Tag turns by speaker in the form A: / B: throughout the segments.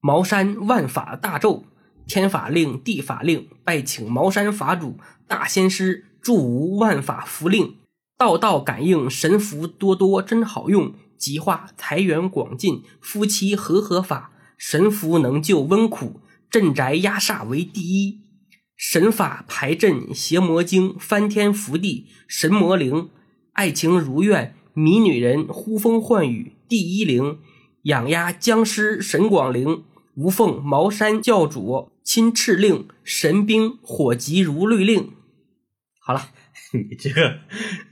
A: 茅山万法大咒，天法令，地法令，拜请茅山法主大仙师助吾万法符令，道道感应神符多多真好用，极化财源广进，夫妻和合法，神符能救温苦，镇宅压煞为第一。神法排阵邪魔经，翻天覆地神魔灵，爱情如愿迷女人，呼风唤雨第一灵，养鸭僵尸神广灵，无缝茅山教主亲敕令，神兵火急如律令。好了，
B: 你这个，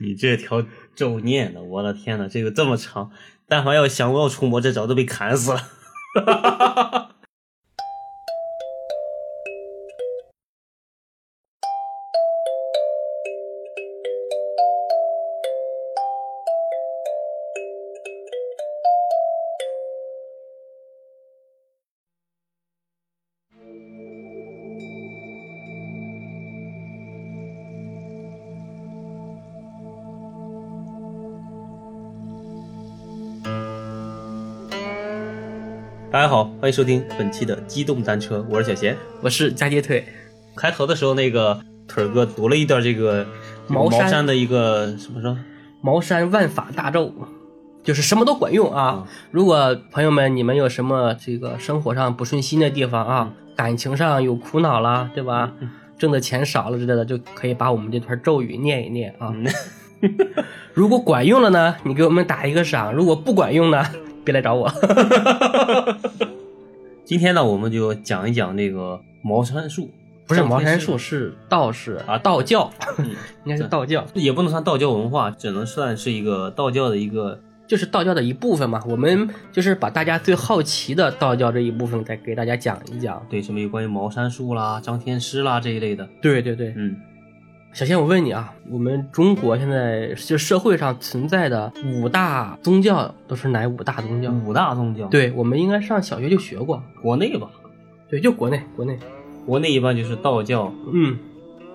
B: 你这条咒念的，我的天呐，这个这么长，但凡要降妖除魔，这早都被砍死了。 大家好，欢迎收听本期的《机动单车》，我是小贤。
A: 我是佳接腿，
B: 开头的时候，那个腿儿哥读了一段这个这个
A: 茅
B: 茅
A: 山
B: 山的一个什么说？
A: 茅山万法大咒，就是什么都管用啊！如果朋友们你们有什么这个生活上不顺心的地方啊，感情上有苦恼啦，对吧？挣的钱少了之类的，就可以把我们这段咒语念一念啊。
B: 嗯
A: 如果管用了呢，你给我们打一个赏；如果不管用呢， 别来找我。
B: 今天呢，我们就讲一讲这个茅山术，
A: 不是
B: 上
A: 茅
B: 天
A: 山
B: 师
A: 术，是道士
B: 啊
A: 道教
B: 嗯
A: 应该是道教，
B: 也不能算道教文化，只能算是一个道教的一个
A: 就是道教的一部分嘛。我们就是把大家最好奇的道教这一部分再给大家讲一讲。
B: 对什么有关于茅山术啦、张天师啦这一类的。
A: 对对对，
B: 嗯，
A: 小仙，我问你啊，我们中国现在就社会上存在的五大宗教都是哪五大宗教？
B: 五大宗教，，
A: 对，我们应该上小学就学过。
B: 国内吧，
A: 对，就国内，国内，
B: 国内一般就是道教，
A: 嗯，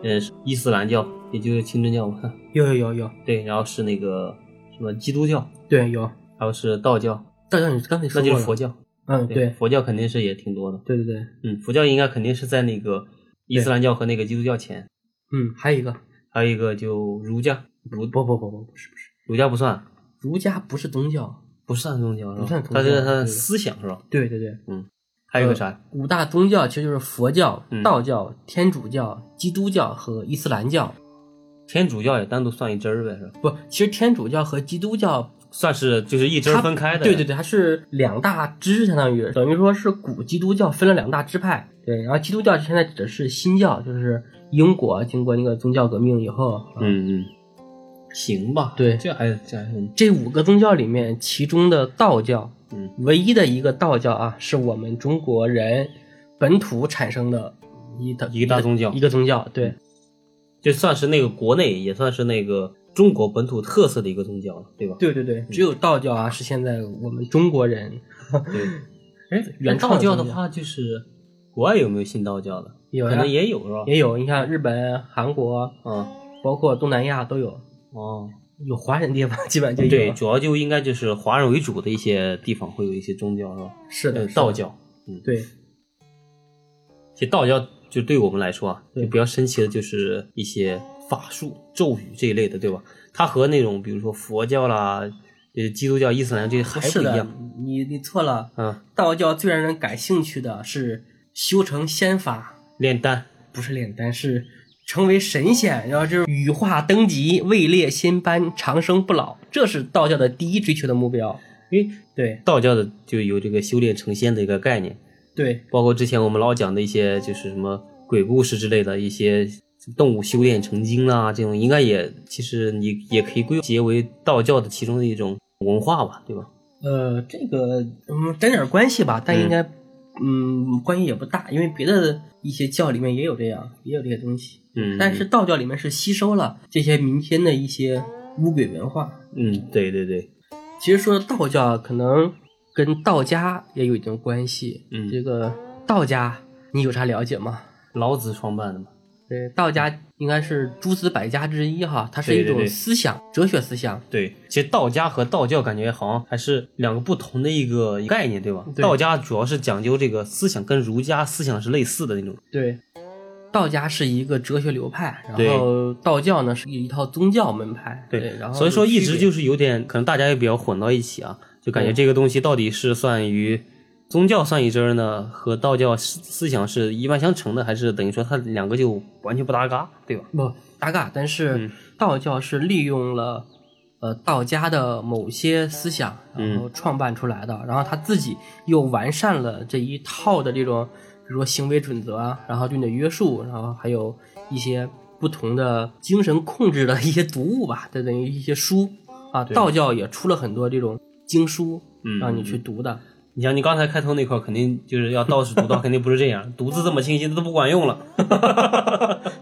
B: 呃，伊斯兰教，也就是清真教吧。
A: 有有有有，
B: 对，然后是那个什么基督教，
A: 对有。
B: 还有是道教，
A: 道教你刚才
B: 那
A: 说
B: 就
A: 过
B: 是
A: 了
B: 佛，教。
A: 嗯，对，
B: 佛教肯定是也挺多的。
A: 对对对，
B: 嗯，佛教应该肯定是在那个伊斯兰教和那个基督教前，
A: 嗯，还有一个，
B: 还有一个就儒家，
A: 不不不不不不是不是，
B: 儒家不算，
A: 儒家不是宗教，
B: 不算宗教是吧？
A: 不算宗教嗯
B: 它是它
A: 对
B: 的思想是吧？
A: 对对对，
B: 还有一个啥？
A: 五大宗教其实就是佛教、
B: 嗯
A: 道教、天主教、基督教和伊斯兰教。
B: 天主教也单独算一支儿呗，是吧？
A: 不，其实天主教和基督教
B: 算是就是一支
A: 它
B: 儿分开的。
A: 对对对，它是两大支，相当于等于说是古基督教分了两大支派。对，然后基督教现在指的是新教，就是英国经过那个宗教革命以后，啊，
B: 嗯嗯，行吧。
A: 对
B: 这还这还是
A: 这五个宗教里面，其中的道教
B: 嗯
A: 唯一的一个道教啊，是我们中国人本土产生的一大
B: 一个大宗教嗯
A: 一个宗教。对，
B: 就算是那个国内，也算是那个中国本土特色的一个宗教了，对吧？
A: 对对对，只有道教啊是现在我们中国人
B: 对。哎，
A: 原
B: 道
A: 创的
B: 教
A: 宗教
B: 的话，就是国外有没有信道教的？
A: 有呀
B: 可能也有是吧？
A: 也有，你看日本、韩国，
B: 啊
A: 包括东南亚都有，
B: 哦，
A: 有华人地方 基本就有。啊
B: 对，主要就应该就是华人为主的一些地方会有一些宗教是吧？
A: 是的，
B: 呃
A: 是的
B: 道教，
A: 对，
B: 其实道教就对我们来说啊，就
A: 对
B: 比较神奇的就是一些法术、咒语这一类的，对吧？它和那种比如说佛教啦、呃基督教、伊斯兰这些还不
A: 是
B: 一
A: 的
B: 样。，
A: 你你错了。
B: 嗯，
A: 道教最让人感兴趣的是修成仙法，
B: 炼丹，
A: 不是炼丹，是成为神仙，然后就是羽化登极、位列仙班、长生不老，这是道教的第一追求的目标。
B: 因为
A: 对
B: 道教的就有这个修炼成仙的一个概念，
A: 对
B: 包括之前我们老讲的一些就是什么鬼故事之类的一些动物修炼成精啦、这种应该也其实你也可以归结为道教的其中的一种文化吧，对吧？
A: 呃，这个嗯沾点关系吧，但应该嗯关系也不大，因为别的一些教里面也有这样，也有这些东西。
B: 嗯，
A: 但是道教里面是吸收了这些民间的一些巫鬼文化。
B: 嗯，对对对，
A: 其实说道教啊可能跟道家也有一定关系。
B: 嗯
A: 这个道家你有啥了解吗？
B: 老子创办的嘛。
A: 对，道家应该是诸子百家之一哈，它是一
B: 对对
A: 种
B: 对
A: 思想，哲学思想。
B: 对，其实道家和道教感觉好像还是两个不同的一个概念，对吧？
A: 对
B: 道家主要是讲究这个思想，跟儒家思想是类似的那种。
A: 对，道家是一个哲学流派，然
B: 对
A: 后道教呢是一套宗教门派。对，然后
B: 所以说一直
A: 有区
B: 就是有点，可能大家也比较混到一起啊，就感觉
A: 对
B: 这个东西到底是算于宗教算一支儿呢，和道教思思想是一脉相承的，还是等于说它两个就完全不搭嘎，对吧？
A: 别不搭嘎，但是
B: 嗯
A: 道教是利用了呃道家的某些思想，然后创办出来的，然后他自己又完善了这一套的这种，比如说行为准则啊，然后对你的约束，然后还有一些不同的精神控制的一些读物吧， 就等于一些书啊，
B: 对
A: 道教也出了很多这种经书
B: 嗯
A: 让你去读的。
B: 你像你刚才开头那块儿，肯定就是要道士读道，肯定不是这样，读字这么清晰，那都不管用了。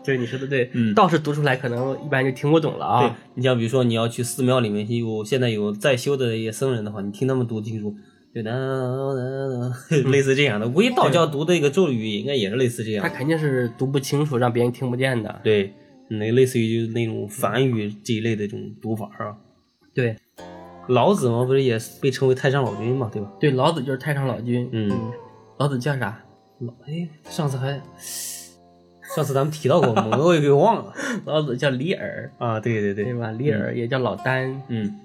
A: 对，你说的对，
B: 嗯
A: 道士读出来可能一般就听不懂了
B: 对
A: 啊。
B: 你像比如说你要去寺庙里面有现在有在修的一些僧人的话，你听他们读经书，就哒哒哒 哒类似这样的。估计道教读的一个咒语应该也是类似这样
A: 他
B: 的。
A: 肯定是读不清楚，让别人听不见的。
B: 对，那类似于就是那种梵语这一类的这种读法儿啊。
A: 对
B: 老子嘛，不是也被称为太上老君嘛，对吧？
A: 对，老子就是太上老君。
B: 嗯，
A: 老子叫啥？
B: 老哎，上次还上次咱们提到过，我也给忘了
A: 老子叫李耳，
B: 啊。对对
A: 对
B: 对，
A: 吧？李耳也叫老聃。
B: 嗯，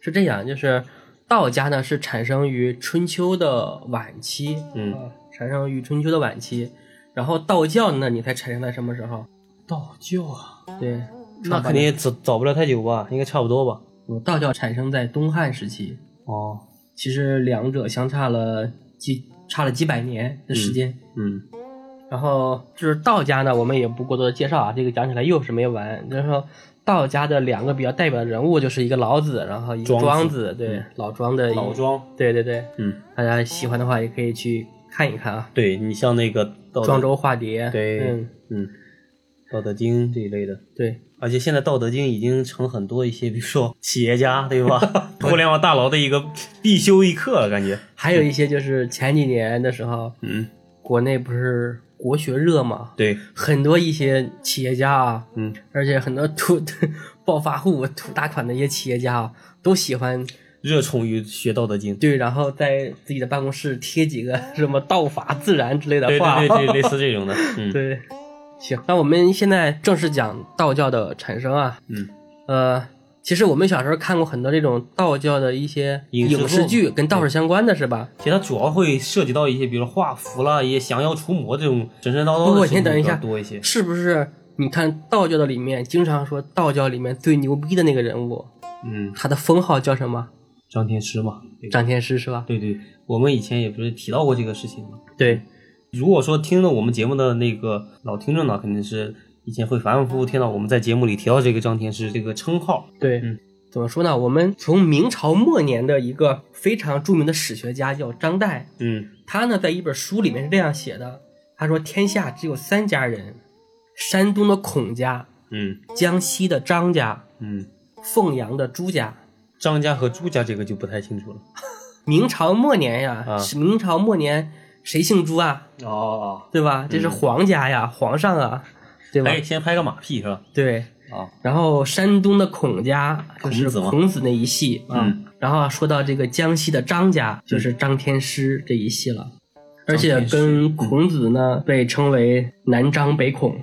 A: 是这样，就是道家呢是产生于春秋的晚期，
B: 嗯
A: 啊产生于春秋的晚期。然后道教呢，你才产生在什么时候？
B: 道教啊，
A: 对，
B: 那肯定早早不了太久吧，应该差不多吧。
A: 道教产生在东汉时期。
B: 哦，
A: 其实两者相差了几差了几百年的时间。
B: 嗯。
A: 然后就是道家呢，我们也不过多的介绍啊，这个讲起来又是没完。就是说道家的两个比较代表的人物，就是一个老子，然后一个
B: 庄子
A: 庄子，对，老庄的一
B: 老，庄，
A: 对对对，
B: 嗯，
A: 大家喜欢的话也可以去看一看啊，
B: 对你像那个道
A: 《
B: 德
A: 庄，周化蝶》，
B: 对，
A: 嗯，
B: 嗯，道德经这一类的，
A: 对，
B: 而且现在道德经已经成很多一些，比如说企业家，对 吧？互联网大佬的一个必修一课，感觉，
A: 还有一些就是前几年的时候，
B: 嗯，
A: 国内不是国学热嘛，
B: 对，
A: 很多一些企业家啊，
B: 嗯，
A: 而且很多土 暴发户、土大款的一些企业家啊，都喜欢
B: 热衷于学道德经，
A: 对，然后在自己的办公室贴几个 什么道法自然之类的
B: 对
A: 话。
B: 对对，类似这种的，嗯，
A: 对行，那我们现在正式讲道教的产生啊。
B: 嗯，
A: 呃，其实我们小时候看过很多这种道教的一些
B: 影视作
A: 影视剧，跟道士相关的是吧？
B: 其实它主要会涉及到一些，比如说画符啦，一些降妖除魔这种神神叨
A: 不过
B: 叨的
A: 你
B: 事
A: 先
B: 情
A: 等一
B: 比
A: 下
B: 较多一些，
A: 是不是？你看道教的里面，经常说道教里面最牛逼的那个人物，
B: 嗯，
A: 他的封号叫什么？
B: 张天师嘛，对吧
A: 张天师是吧？
B: 对对，我们以前也不是提到过这个事情吗？
A: 对，
B: 如果说听了我们节目的那个老听众呢，肯定是以前会反反复复听到我们在节目里提到这个张天师这个称号。
A: 对，
B: 嗯
A: 怎么说呢？我们从明朝末年的一个非常著名的史学家叫张岱，
B: 嗯，
A: 他呢在一本书里面是这样写的：他说，天下只有三家人，山东的孔家、
B: 嗯
A: 江西的张家、
B: 嗯，
A: 凤阳的朱家。
B: 张家和朱家这个就不太清楚了。
A: 明朝末年呀，
B: 啊
A: 是明朝末年谁姓朱啊？
B: 哦，
A: 对吧？这是皇家呀，皇上啊，对吧？
B: 拍哎先拍个马屁是吧？
A: 对。
B: 啊，
A: 然后山东的孔家就是
B: 孔子吗
A: 孔子那一系啊，
B: 嗯
A: 然后说到这个江西的张家就是张天师这一系了，而且
B: 张天师嗯
A: 跟孔子呢、被称为南张北孔。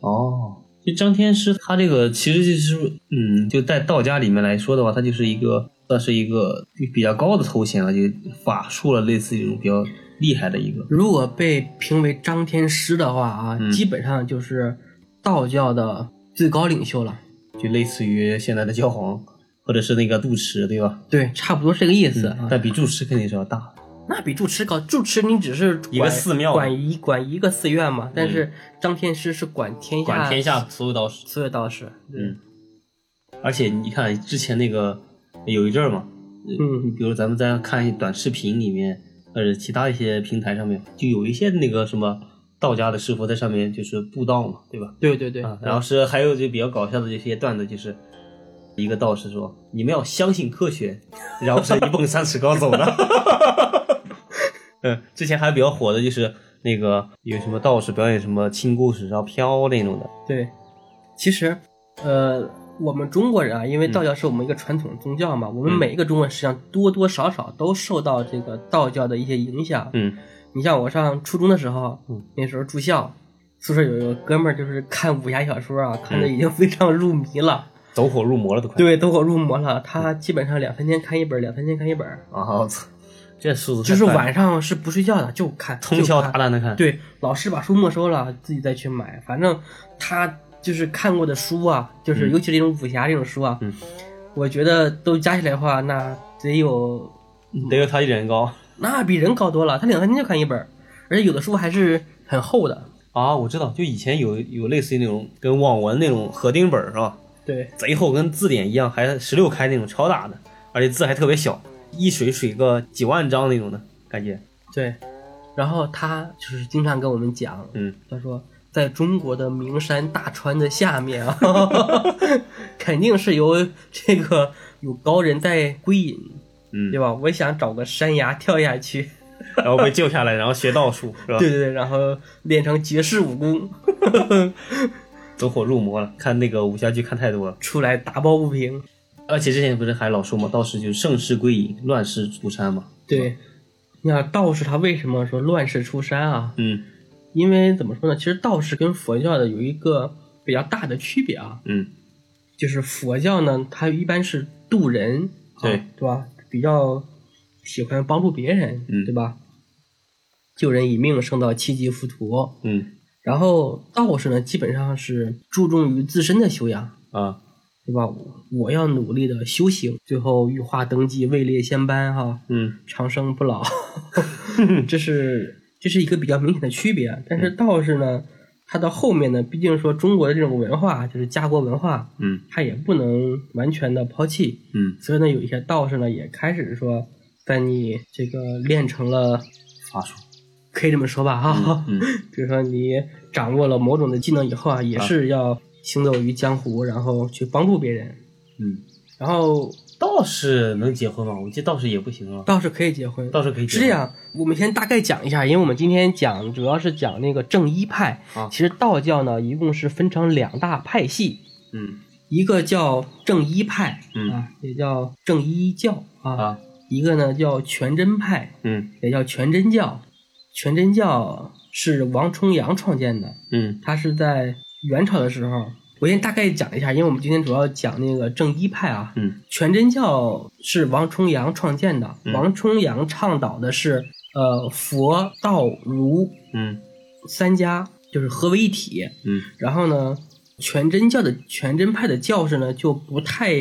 B: 哦。就张天师，他这个其实就是，嗯，就在道家里面来说的话，他就是一个算是一个比较高的头衔了，就法术了，类似于这种比较厉害的一个。
A: 如果被评为张天师的话啊，
B: 嗯
A: 基本上就是道教的最高领袖了。
B: 就类似于现在的教皇，或者是那个住持，对吧？
A: 对，差不多是这个意思。啊
B: 但比住持肯定是要大。
A: 那比住持高，住持你只是管
B: 一个寺庙嗯
A: 管一管一个寺院嘛，但是张天师是管天下
B: 管天下所有道士。
A: 所有道士。
B: 嗯，而且你看之前那个有一阵儿嘛，
A: 嗯，
B: 比如咱们在看短视频里面，或者其他一些平台上面，就有一些那个什么道家的师傅在上面就是布道嘛，对吧？
A: 对对对，
B: 啊，然后是还有就比较搞笑的这些段子，就是一个道士说：“你们要相信科学。” 然后是一蹦三尺高走的。嗯，之前还比较火的就是那个有什么道士表演什么清故事，然后飘那种的。
A: 对，其实，呃，我们中国人啊，因为道教是我们一个传统宗教嘛，我们
B: 嗯
A: 每一个中国人实际上多多少少都受到这个道教的一些影响。
B: 嗯
A: 你像我上初中的时候
B: 嗯，
A: 那时候住校，宿舍有一个哥们儿，就是看武侠小说啊，看
B: 嗯
A: 的已经非常入迷了，
B: 走火入魔了都快。
A: 对，走火入魔了。他基本上两三天看一本，两三天看一本，
B: 啊，我操，这速度太
A: 就是
B: 快了
A: 晚上是不睡觉的，就看，
B: 通宵
A: 就看
B: 达旦的看。，
A: 对，老师把书没收了，自己再去买。反正他就是看过的书啊，就是
B: 嗯
A: 尤其这种武侠这种书啊，
B: 嗯
A: 我觉得都加起来的话，那得有
B: 得有他一人高
A: 那比人高多了。他两三天就看一本儿，而且有的书还是很厚的。
B: 啊！我知道，就以前有有类似于那种跟网文那种合订本儿是吧？
A: 对
B: 贼厚，跟字典一样，还十六开那种超大的，而且字还特别小，一水水个几万章那种的感觉。
A: 对，然后他就是经常跟我们讲，
B: 嗯，
A: 他说。在中国的名山大川的下面啊， 肯定是由这个有高人在归隐，
B: 嗯
A: 对吧？我想找个山崖跳下去，
B: 然后被救下来，然后学道术是吧？
A: 对对对，然后练成绝世武功，
B: 走火入魔了，看那个武侠剧看太多了。
A: 出来打抱不平。
B: 而且之前不是还老说嘛，道士就是盛世归隐，乱世出山嘛。
A: 对，那道士他为什么说乱世出山啊？
B: 嗯
A: 因为怎么说呢？其实道士跟佛教的有一个比较大的区别啊，
B: 嗯，
A: 就是佛教呢，它一般是渡人，啊
B: 对
A: 对吧？比较喜欢帮助别人，
B: 嗯
A: 对吧？救人一命胜造七级浮屠。
B: 嗯
A: 然后道士呢，基本上是注重于自身的修养，
B: 啊
A: 对吧？我我要努力的修行，最后玉化登基，位列仙班，哈，
B: 嗯
A: 长生不 老，这是这是一个比较明显的区别。但是道士呢，他到后面呢，毕竟说中国的这种文化就是家国文化，
B: 嗯
A: 他也不能完全的抛弃，
B: 嗯，
A: 所以呢，有一些道士呢也开始说，在你这个练成了，
B: 法术。
A: 可以这么说吧，哈，
B: 嗯
A: 比如说你掌握了某种的技能以后啊，也是要行走于江湖，然后去帮助别人。
B: 嗯，
A: 然后
B: 道士能结婚吗？我记得道士也不行啊。
A: 道士可以结婚，
B: 道士可以结
A: 是
B: 婚
A: 这样。我们先大概讲一下，因为我们今天讲主要是讲那个正一派。
B: 啊
A: 其实道教呢，一共是分成两大派系，
B: 嗯
A: 一个叫正一派，
B: 嗯
A: 啊，也叫正一教啊；
B: 啊
A: 一个呢叫全真派，
B: 嗯
A: 也叫全真教。全真教是王重阳创建的，
B: 嗯
A: 他是在元朝的时候。我先大概讲一下，因为我们今天主要讲那个正一派啊，
B: 嗯
A: 全真教是王重阳创建的，
B: 嗯
A: 王重阳倡导的是呃佛道儒
B: 嗯
A: 三家就是合为一体。
B: 嗯
A: 然后呢，全真教的全真派的教士呢就不太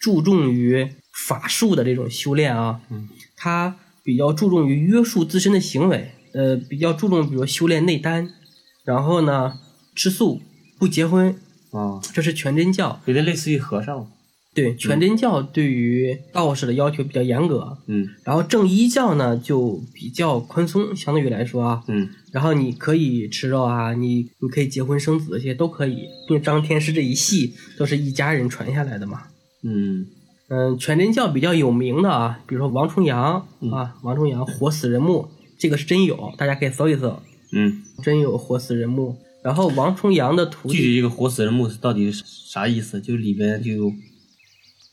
A: 注重于法术的这种修炼啊，
B: 嗯
A: 他比较注重于约束自身的行为，呃，比较注重比如修炼内丹，然后呢吃素不结婚，
B: 啊，
A: 这是全真教。
B: 有点类似于和尚。
A: 对全真教对于道士的要求比较严格，
B: 嗯
A: 然后正一教呢就比较宽松，相对于来说啊，
B: 嗯
A: 然后你可以吃肉啊，你你可以结婚生子这些都可以，因为张天师这一系都是一家人传下来的嘛。
B: 嗯
A: 嗯，全真教比较有名的啊，比如说王重阳、
B: 嗯
A: 啊，王重阳活死人墓，这个是真有，大家可以搜一搜，
B: 嗯，
A: 真有活死人墓。然后王重阳的徒
B: 具
A: 弟，
B: 体这个活死人墓是到底是啥意思？就里边就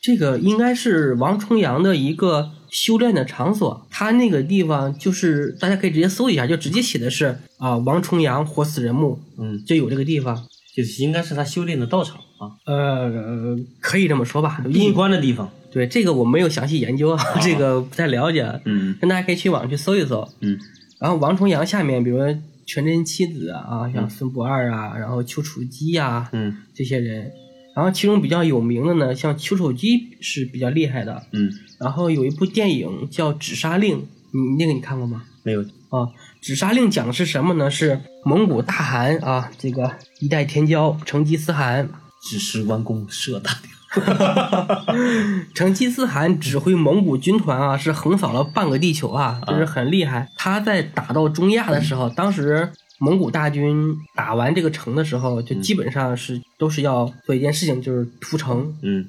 A: 这个应该是王重阳的一个修炼的场所，他那个地方就是大家可以直接搜一下，就直接写的是啊，王重阳活死人墓
B: 嗯，
A: 就有这个地方。
B: 就是应该是他修炼的道场啊，
A: 呃，可以这么说吧，
B: 闭
A: 因
B: 关的地方。
A: 对这个我没有详细研究啊，
B: 啊
A: 这个不太了解，啊
B: 嗯
A: 但大家可以去网上去搜一搜。
B: 嗯
A: 然后王重阳下面，比如说全真七子啊，像孙不二啊，然后丘处机啊
B: 嗯
A: 这些人，然后其中比较有名的呢，像丘处机是比较厉害的。
B: 嗯，
A: 然后有一部电影叫《纸杀令》，你那个你看过吗？
B: 没有。
A: 啊，纸杀令讲的是什么呢？是蒙古大汗啊，这个一代天骄成吉思汗
B: 只是弯弓射大雕。
A: 成吉思汗指挥蒙古军团啊，是横扫了半个地球啊，就是很厉害。他在打到中亚的时候，当时蒙古大军打完这个城的时候，
B: 嗯
A: 就基本上是都是要做一件事情，就是屠城。
B: 嗯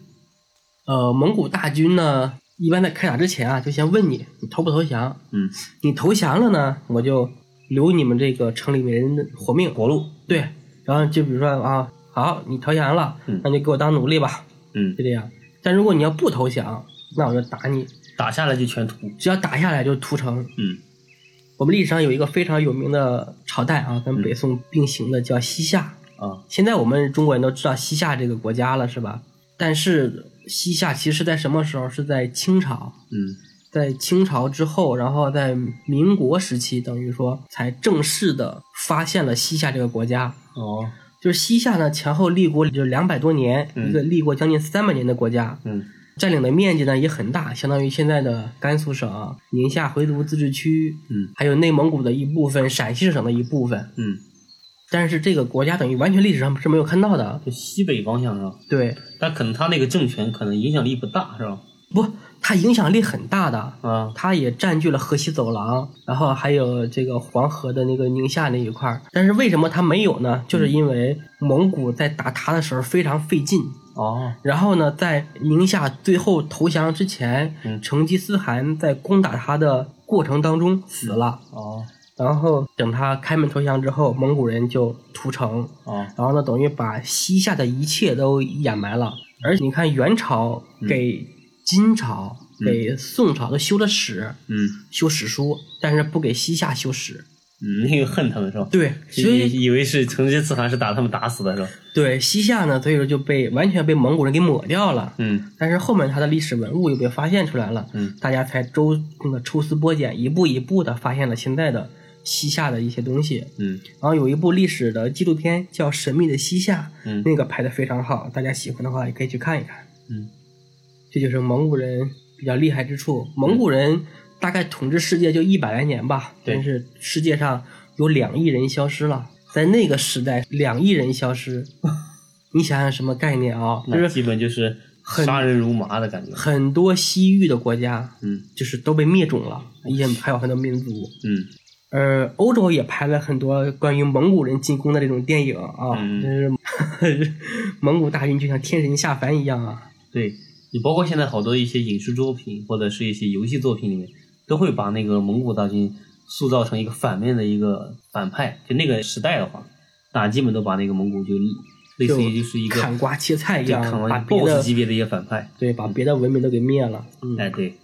A: 呃，蒙古大军呢，一般在开打之前啊，就先问你，你投不投降？
B: 嗯
A: 你投降了呢，我就留你们这个城里面人的活命。
B: 活路，
A: 对，然后就比如说啊，好，你投降了
B: 嗯，
A: 那就给我当奴隶吧，
B: 嗯，
A: 就这样。但如果你要不投降，那我就打你，
B: 打下来就全屠，
A: 只要打下来就屠城。
B: 嗯
A: 我们历史上有一个非常有名的朝代啊，跟北宋并行的叫西夏。
B: 啊，
A: 现在我们中国人都知道西夏这个国家了，是吧？但是西夏其实在什么时候？是在清朝，
B: 嗯
A: 在清朝之后，然后在民国时期，等于说才正式的发现了西夏这个国家。
B: 哦，
A: 就是西夏呢，前后立国就是两百多年，
B: 嗯
A: 一个立国将近三百年的国家，
B: 嗯
A: 占领的面积呢也很大，相当于现在的甘肃省、宁夏回族自治区，
B: 嗯，
A: 还有内蒙古的一部分、陕西省的一部分。
B: 嗯，
A: 但是这个国家等于完全历史上是没有看到的，
B: 就西北方向是吧？
A: 对，
B: 但可能他那个政权可能影响力不大是吧？
A: 不，它影响力很大的，
B: 啊，
A: 它也占据了河西走廊，然后还有这个黄河的那个宁夏那一块儿。但是为什么它没有呢？就是因为蒙古在打它的时候非常费劲。
B: 哦，
A: 然后呢，在宁夏最后投降之前，
B: 嗯
A: 成吉思汗在攻打他的过程当中死了。
B: 哦，
A: 然后等他开门投降之后，蒙古人就屠城，
B: 哦，
A: 然后呢，等于把西夏的一切都掩埋了。而你看，元朝给金朝、
B: 嗯
A: 给宋朝都修了史，
B: 嗯
A: 修史书，但是不给西夏修史。
B: 嗯，那个恨他们是吧？
A: 对，所以
B: 以以为是成吉思汗是打他们打死的是吧？
A: 对西夏呢，所以说就被完全被蒙古人给抹掉了。
B: 嗯
A: 但是后面它的历史文物又被发现出来了，
B: 嗯
A: 大家才周那个抽丝剥茧，一步一步的发现了现在的西夏的一些东西。
B: 嗯
A: 然后有一部历史的纪录片叫《神秘的西夏》，
B: 嗯
A: 那个拍的非常好，大家喜欢的话也可以去看一看。
B: 嗯，
A: 这就是蒙古人比较厉害之处。蒙古人大概统治世界就一百来年吧，
B: 对
A: 但是世界上有两亿人消失了，在那个时代，两亿人消失，你想想什么概念啊？就
B: 那
A: 是
B: 基本就是杀人如麻的感觉。
A: 很多西域的国家
B: 嗯
A: 就是都被灭种了，也还有很多民族。
B: 嗯
A: 呃，欧洲也拍了很多关于蒙古人进攻的这种电影啊，
B: 嗯
A: 就是蒙古大军就像天神下凡一样啊。
B: 对你包括现在好多一些影视作品或者是一些游戏作品里面，都会把那个蒙古大军塑造成一个反面的一个反派。就那个时代的话，那基本都把那个蒙古就类似于就是一个
A: 砍瓜切菜一
B: 对
A: 样，
B: 砍
A: 把
B: 完
A: 别的
B: BOSS 级别的一个反派。
A: 对，把别的文明都给灭了。嗯，
B: 哎，对，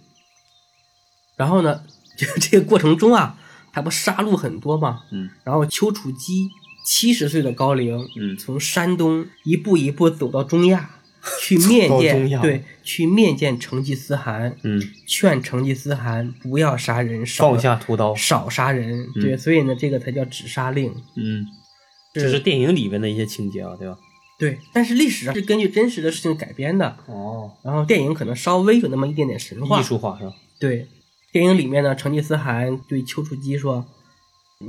A: 然后呢， 这这个过程中啊，他不杀戮很多嘛。
B: 嗯
A: 然后丘处机七十岁的高龄，
B: 嗯
A: 从山东一步一步走到中亚，去面
B: 走到中
A: 见
B: 亚
A: 对，去面见成吉思汗，
B: 嗯，
A: 劝成吉思汗不要杀人，少
B: 放下屠刀。
A: 少杀人。对，所以呢，这个才叫止杀令。
B: 嗯，这是电影里面的一些情节啊，对吧？
A: 对，但是历史上是根据真实的事情改编的，
B: 哦，
A: 然后电影可能稍微有那么一点点神话
B: 艺。术化是吧？
A: 对，电影里面呢，成吉思汗对丘处机说：“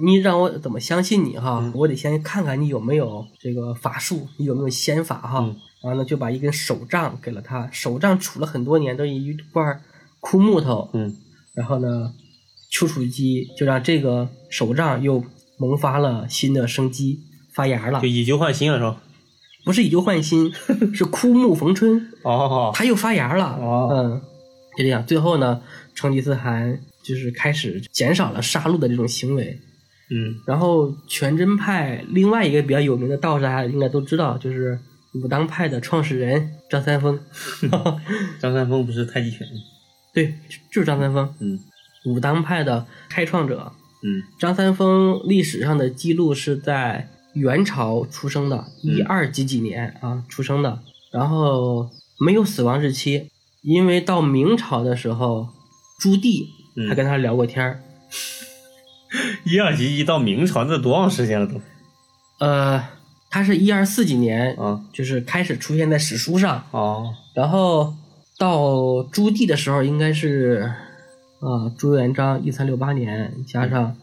A: 你让我怎么相信你哈？
B: 嗯
A: 我得先看看你有没有这个法术，你有没有仙法哈。
B: 嗯
A: 然后呢，就把一根手杖给了他，手杖杵了很多年，都是一块枯木头。
B: 嗯
A: 然后呢，丘处机就让这个手杖又萌发了新的生机，发芽了
B: 就。以旧换新了是吧？
A: 不是以旧换 新，是枯木逢春。
B: 哦，
A: 它又发芽了。
B: 哦
A: 嗯，就这样。最后呢，成吉思汗就是开始减少了杀戮的这种行为。
B: 嗯
A: 然后全真派另外一个比较有名的道士，大家应该都知道，就是武当派的创始人张三 丰。
B: 张三丰不是太极拳？
A: 对，就就是张三丰，
B: 嗯
A: 武当派的开创者。
B: 嗯
A: 张三丰历史上的记录是在元朝出生的，
B: 嗯
A: 一二几几年啊出生的，然后没有死亡日期，因为到明朝的时候，朱棣
B: 嗯
A: 还跟他聊过天儿，
B: 一二级一到明朝，这多长时间了都？
A: 呃，他是一二四几年，
B: 啊
A: 就是开始出现在史书上，
B: 哦，
A: 然后到朱棣的时候应该是，呃，朱元璋一三六八年加上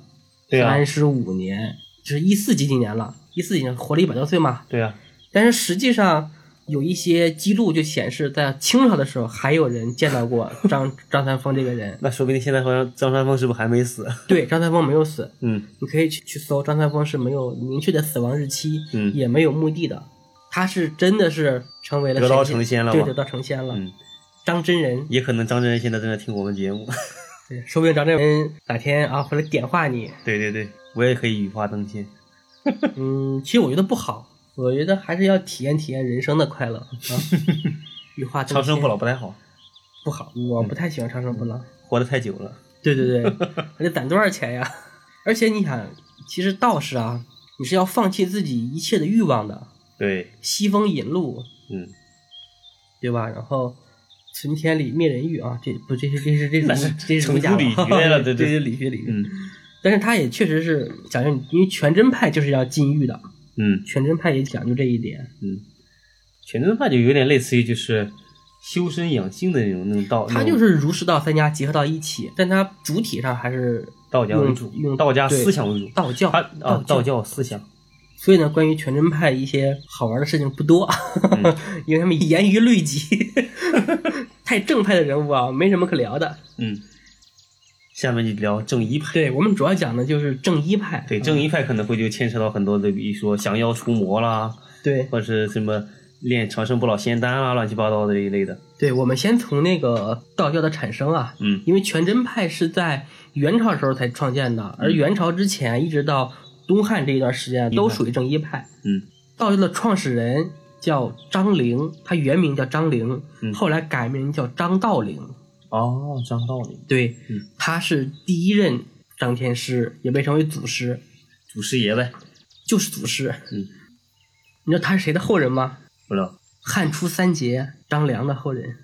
B: 对啊
A: 三十五年，就是一四几几年了，一四几年活了一百多岁嘛。
B: 对啊，
A: 但是实际上有一些记录就显示，在清朝的时候还有人见到过张 张三丰这个人。
B: 那说不定现在好像张三丰是不是还没死？
A: 对，张三丰没有死，
B: 嗯
A: 你可以去去搜，张三丰是没有明确的死亡日期，
B: 嗯
A: 也没有墓地的，他是真的是成为了
B: 得道
A: 神
B: 成仙了
A: 对，
B: 吗
A: 得道成仙了。
B: 嗯，
A: 张真人，
B: 也可能张真人现在正在听我们节目。
A: 对说不定张真人哪天啊回来点化你，
B: 对对对，我也可以羽化登天。
A: 嗯，其实我觉得不好，我觉得还是要体验体验人生的快 乐啊。羽化登
B: 长生
A: 天
B: 不老不太好，
A: 不好，我不太喜欢长生不老。
B: 活得太久了。
A: 对对对， 还得攒多少钱呀？ 而且你想，其实道士啊，你是要放弃自己一切的欲望的，
B: 对，
A: 西风引路，
B: 嗯，
A: 对吧？然后存天理灭人欲啊，这不这是这是这
B: 那
A: 是
B: 是
A: 这是儒家
B: 程朱理 学了
A: 对
B: 对对
A: 这是理学理学。
B: 嗯
A: 但是他也确实是讲究，因为全真派就是要禁欲的，
B: 嗯
A: 全真派也讲究这一点。
B: 嗯，全真派就有点类似于就是修身养性的那种那种道，
A: 它
B: 那
A: 就
B: 种
A: 是儒释道三家结合到一起，但它主体上还是
B: 道家为
A: 用用
B: 主，道家
A: 对
B: 思想为主，
A: 道教
B: 他啊
A: 道
B: 道教思想，
A: 所以呢，关于全真派一些好玩的事情不多，啊 因为他们严于律己， 太正派的人物啊，没什么可聊的。
B: 嗯。下面就聊正一派，
A: 对我们主要讲的就是正一派，
B: 对正一派可能会就牵扯到很多的，比如说降妖除魔啦，
A: 对
B: 或者是什么练长生不老仙丹啦，乱七八糟的这一类的。
A: 对，我们先从那个道教的产生啊，
B: 嗯
A: 因为全真派是在元朝时候才创建的，而元朝之前一直到东汉这一段时间都属于正一派。
B: 嗯
A: 道教的创始人叫张陵，他原名叫张陵，
B: 嗯
A: 后来改名叫张道陵。
B: 哦，张道陵
A: 对，
B: 嗯
A: 他是第一任张天师，也被称为祖师，
B: 祖师爷呗，
A: 就是祖师。
B: 嗯，
A: 你知道他是谁的后人吗？
B: 不知道。
A: 汉初三杰张良的后人，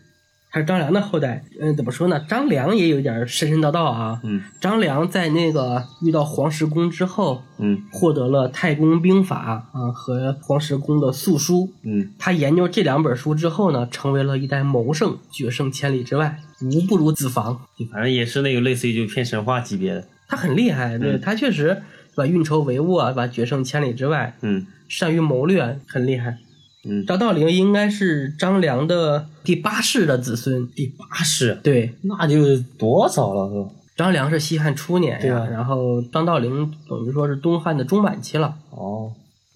A: 他是张良的后代。嗯，怎么说呢？张良也有点神神叨叨啊。
B: 嗯
A: 张良在那个遇到黄石公之后，
B: 嗯
A: 获得了《太公兵法》啊和黄石公的《素书》。
B: 嗯，
A: 他研究这两本书之后呢，成为了一代谋圣，决胜千里之外，无不如子房。
B: 就反正也是那个类似于就偏神话级别的。
A: 他很厉害，对、
B: 嗯
A: 他确实把运筹帷幄啊，把决胜千里之外，
B: 嗯
A: 善于谋略，很厉害。
B: 嗯，
A: 张道陵应该是张良的第八世的子孙，
B: 第八世，
A: 对，
B: 那就是多少了都？
A: 张良是西汉初年
B: 对
A: 呀、
B: 啊
A: 然后张道陵等于说是东汉的中晚期了。
B: 哦，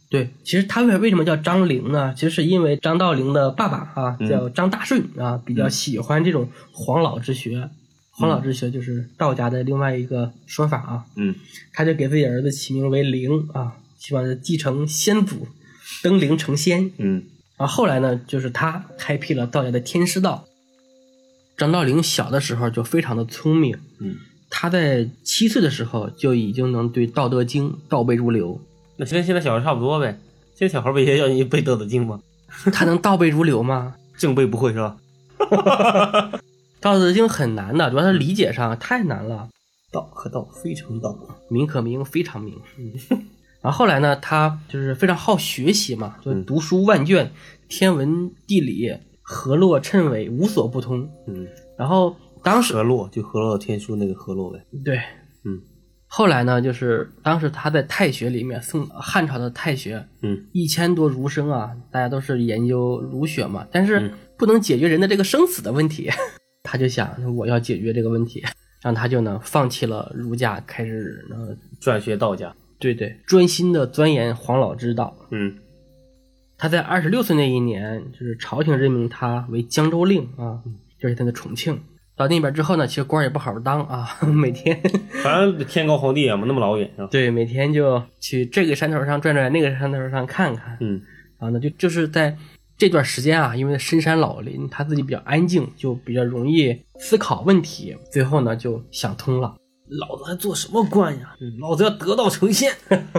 A: 对，其实他为为什么叫张陵呢？其实是因为张道陵的爸爸啊，
B: 嗯
A: 叫张大顺啊，比较喜欢这种黄老之学。黄老之学就是道家的另外一个说法啊。
B: 嗯
A: 他就给自己儿子起名为灵啊，希望他继承先祖，登灵成仙。
B: 嗯
A: 然后后来呢，就是他开辟了道家的天师道。张道陵小的时候就非常的聪明，
B: 嗯，
A: 他在七岁的时候就已经能对《道德经》倒背如流，
B: 那就跟现在小孩差不多呗。现在小孩不也要你背《道德经》吗？
A: 他能倒背如流吗？
B: 正背不会是吧？
A: 《道德经》很难的，主要是理解上太难了。
B: 道可道，非常道。
A: 名可名，非常名。然后后来呢，他就是非常好学习嘛，就
B: 嗯
A: 读书万卷，天文地理、河洛谶纬无所不通。
B: 嗯，
A: 然后当时
B: 河洛就河洛天书那个河洛呗。
A: 对，
B: 嗯
A: 后来呢，就是当时他在太学里面，宋汉朝的太学
B: 嗯
A: 一千多儒生啊，大家都是研究儒学嘛，但是
B: 嗯
A: 不能解决人的这个生死的问题。 他就想，我要解决这个问题，然后他就呢放弃了儒家，开始呃
B: 转学道家。
A: 对对，专心的钻研黄老之道。
B: 嗯
A: 他在二十六岁那一年，就是朝廷任命他为江州令啊，就是他的重庆。到那边之后呢，其实官儿也不好好当啊， 每天
B: 反正天高皇帝远嘛，那么老远是吧？
A: 对每天就去这个山头上转转，那个山头上看看。
B: 嗯
A: 然后呢，就就是在这段时间啊，因为深山老林，他自己比较安静，就比较容易思考问题。最后呢，就想通了，老子还做什么官呀？
B: 嗯老子要得道成仙。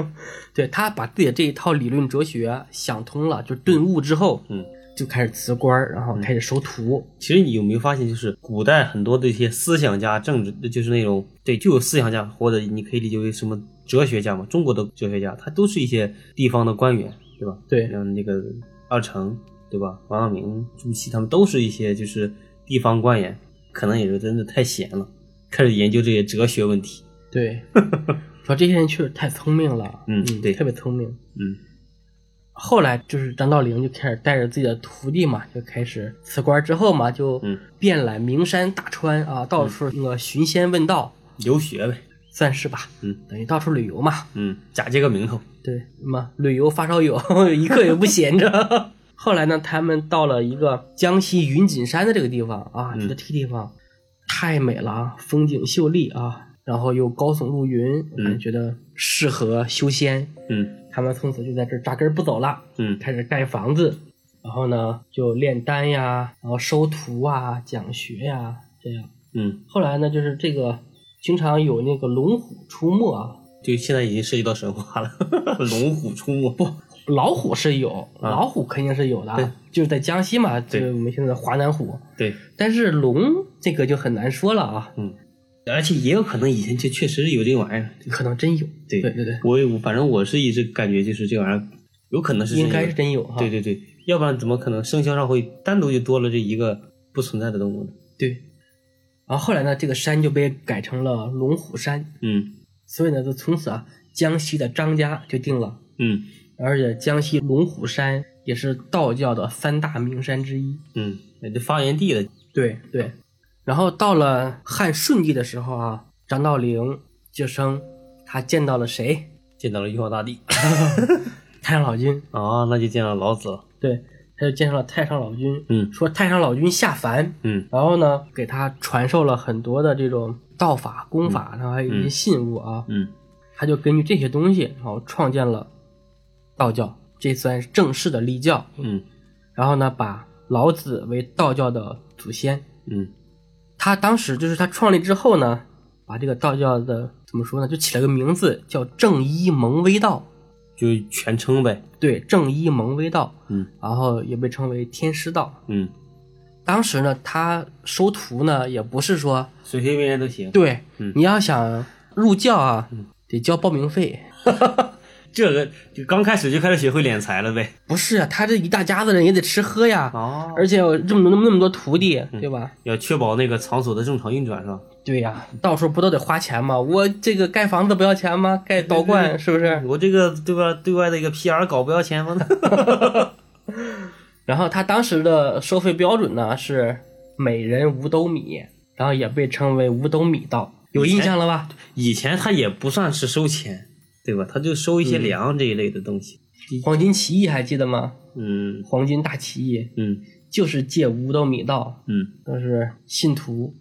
A: 对他把自己的这一套理论哲学想通了，就顿悟之后，
B: 嗯，
A: 就开始辞官儿，然后开始收徒。
B: 其实你有没有发现，就是古代很多的一些思想家、政治，就是那种对，就有思想家或者你可以理解为什么哲学家嘛？中国的哲学家，他都是一些地方的官员，对吧？
A: 对
B: 像那个二程，对吧？王阳明、朱熹，他们都是一些就是地方官员，可能也是真的太闲了，开始研究这些哲学问题。
A: 对，主要这些人确实太聪明了，
B: 嗯对
A: 特别聪明。
B: 嗯
A: 后来就是张道陵就开始带着自己的徒弟嘛，就开始辞官之后嘛，就
B: 嗯
A: 遍览名山大川啊，到处那个寻仙问道，
B: 留学呗，
A: 算是吧，
B: 嗯
A: 等于到处旅游嘛。
B: 嗯，假借个名头。
A: 对，那么旅游发烧友 一刻也不闲着。后来呢，他们到了一个江西云锦山的这个地方啊，
B: 嗯
A: 觉得这个地方太美了啊，风景秀丽啊。然后又高耸入云，
B: 嗯
A: 觉得适合修仙，
B: 嗯
A: 他们从此就在这儿扎根儿不走了，
B: 嗯
A: 开始盖房子，然后呢就炼丹呀，然后收徒啊，讲学呀，这样。
B: 嗯，
A: 后来呢，就是这个经常有那个龙虎出没啊，
B: 就现在已经涉及到神话了，龙虎出没 不？
A: 老虎是有，
B: 啊
A: 老虎肯定是有的，
B: 对
A: 就是在江西嘛，就
B: 对
A: 是我们现在的华南虎。
B: 对，嗯
A: 但是龙这个就很难说了啊，
B: 而且也有可能以前就确实是有这玩意儿。
A: 可能真有。
B: 对
A: 对对对，
B: 我也反正我是一直感觉就是这玩意儿有可能是真
A: 应
B: 有
A: 该
B: 的
A: 是真有哈。
B: 对对对，要不然怎么可能生肖上会单独就多了这一个不存在的动物呢？
A: 对。然后后来呢，这个山就被改成了龙虎山，
B: 嗯
A: 所以呢，就从此啊，江西的张家就定了。
B: 嗯
A: 而且江西龙虎山也是道教的三大名山之一。
B: 嗯，那就发源地了。
A: 对对，然后到了汉顺帝的时候啊，张道陵就生他见到了谁？
B: 见到了玉皇大帝
A: 太上老君。
B: 啊，那就见到老子了。
A: 对，他就见上了太上老君，
B: 嗯
A: 说太上老君下凡，
B: 嗯
A: 然后呢，给他传授了很多的这种道法、功法，然后还有一些信物啊，
B: 嗯
A: 他就根据这些东西，然后创建了道教，这算是正式的立教。
B: 嗯
A: 然后呢，把老子为道教的祖先。
B: 嗯
A: 他当时就是他创立之后呢，把这个道教的怎么说呢，就起了个名字叫正一蒙威道。
B: 就全称呗。
A: 对，正一蒙威道，
B: 嗯
A: 然后也被称为天师道。
B: 嗯，
A: 当时呢，他收徒呢也不是说
B: 随随便便都行。
A: 对、
B: 嗯
A: 你要想入教啊，得交报名费。
B: 这个就刚开始就开始学会敛财了呗。
A: 不是啊，他这一大家子人也得吃喝呀，
B: 哦
A: 而且有这么多那么多徒弟，
B: 嗯
A: 对吧？
B: 要确保那个场所的正常运转是吧？
A: 对呀、到时候不都得花钱吗？我这个盖房子不要钱吗？盖道
B: 对对
A: 观是不是？
B: 我这个对吧？对外的一个 PR 搞不要钱吗？
A: 然后他当时的收费标准呢是每人五斗米，然后也被称为五斗米道，有印象了吧？
B: 以前他也不算是收钱，对吧？他就收一些粮这一类的东西。
A: 黄金起义还记得吗？
B: 嗯
A: 黄金大起义
B: 嗯
A: 就是借五斗米道
B: 嗯，
A: 都是信徒，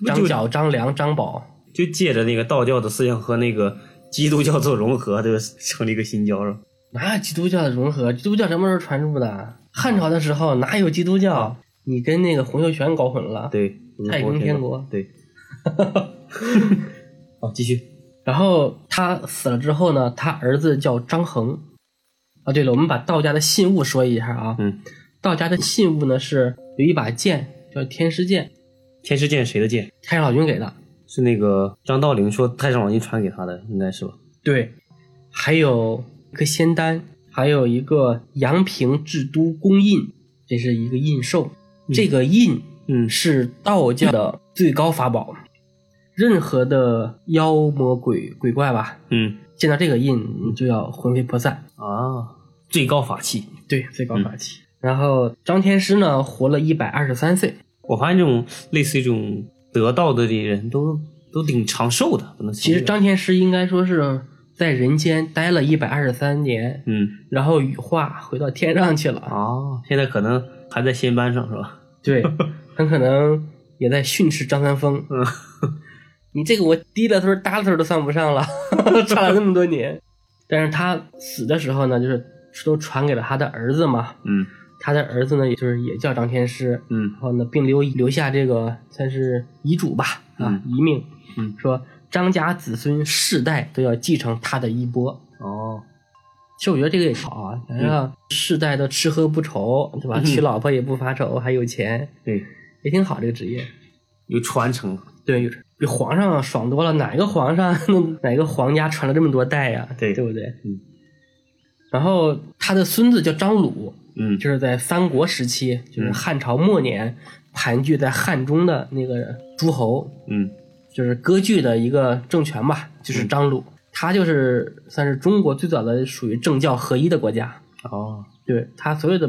B: 不
A: 张
B: 就
A: 角、张良、张宝。
B: 就借着那个道教的思想和那个基督教做融合，对吧？ 成立一个新教是吧？
A: 哪有基督教的融合？基督教什么时候传入的？汉朝的时候哪有基督教？你跟那个洪秀全搞混了。
B: 对，
A: 太平天国
B: 对。 好，继续。
A: 然后他死了之后呢，他儿子叫张衡。啊，对了，我们把道家的信物说一下啊。
B: 嗯，
A: 道家的信物呢是有一把剑，叫天师剑，
B: 天师剑谁的剑？
A: 太上老君给的。
B: 是那个张道陵说太上老君传给他的，应该是吧？
A: 对，还有一颗仙丹，还有一个阳平制都公印，这是一个印绶。这个印
B: 嗯
A: 是道教的最高法宝，任何的妖魔鬼鬼怪吧，
B: 嗯
A: 见到这个印你就要魂飞魄散。
B: 啊，最高法器。
A: 对，最高法器。然后张天师呢，活了一百二十三岁。
B: 我发现这种类似于这种得道的这些人都都挺长寿的，可能
A: 其实张天师应该说是在人间待了一百二十三年，
B: 嗯
A: 然后羽化回到天上去了。 啊。
B: 哦，现在可能还在仙班上是吧？
A: 对，很可能也在训斥张三丰。
B: 嗯，
A: 你这个我低了头儿搭了头儿都算不上了， 差了那么多年。但是他死的时候呢，就是都传给了他的儿子嘛。
B: 嗯
A: 他的儿子呢，也就是也叫张天师，
B: 嗯
A: 然后呢，并留留下这个算是遗嘱吧，啊
B: 嗯，
A: 遗命，
B: 嗯
A: 说张家子孙世代都要继承他的衣钵。
B: 哦
A: 其实我觉得这个也好啊，反正世代都吃喝不愁，对吧？
B: 嗯
A: 娶老婆也不发愁，还有钱，
B: 对，
A: 也挺好这个职业。
B: 有传承。
A: 对，有比皇上爽多了。哪个皇上， 哪个皇家传了这么多代呀、
B: 对
A: 对不对？
B: 嗯。
A: 然后他的孙子叫张鲁，
B: 嗯
A: 就是在三国时期，就是汉朝末年盘踞在汉中的那个诸侯，
B: 嗯
A: 就是割据的一个政权吧，就是张鲁。他就是算是中国最早的属于政教合一的国家，
B: 哦
A: 对他所有的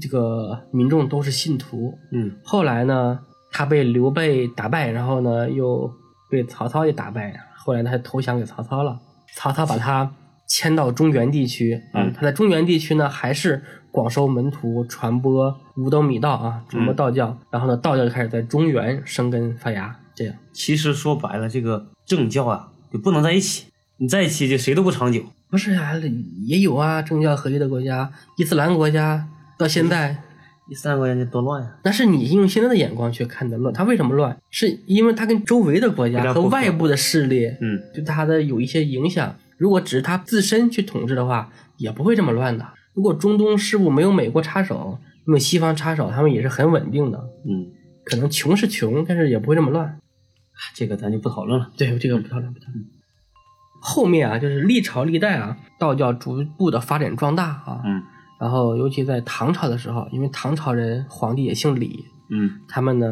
A: 这个民众都是信徒，
B: 嗯
A: 后来呢，他被刘备打败，然后呢又被曹操也打败，后来呢他投降给曹操了。曹操把他迁到中原地区，
B: 嗯
A: 啊他在中原地区呢还是广收门徒，传播五斗米道啊，传播道教。然后呢，道教就开始在中原生根发芽。这样，
B: 其实说白了，这个政教啊就不能在一起，你在一起就谁都不长久。
A: 不是啊，也有啊，政教合一的国家，伊斯兰国家到现在，
B: 第三个人家多乱呀、
A: 那是你用现在的眼光去看的乱。它为什么乱？是因为它跟周围的国
B: 国
A: 家
B: 家
A: 和
B: 不合
A: 外部的势力，
B: 嗯，
A: 对它的有一些影响。如果只是它自身去统治的话，也不会这么乱的。如果中东事务没有美国插手，没有西方插手，他们也是很稳定的。
B: 嗯，
A: 可能穷是穷，但是也不会这么乱。
B: 啊这个咱就不讨论了。
A: 对，这个不讨论不讨论。后面啊，就是历朝历代啊，道教逐步的发展壮大啊。
B: 嗯
A: 然后，尤其在唐朝的时候，因为唐朝人皇帝也姓李，
B: 嗯
A: 他们呢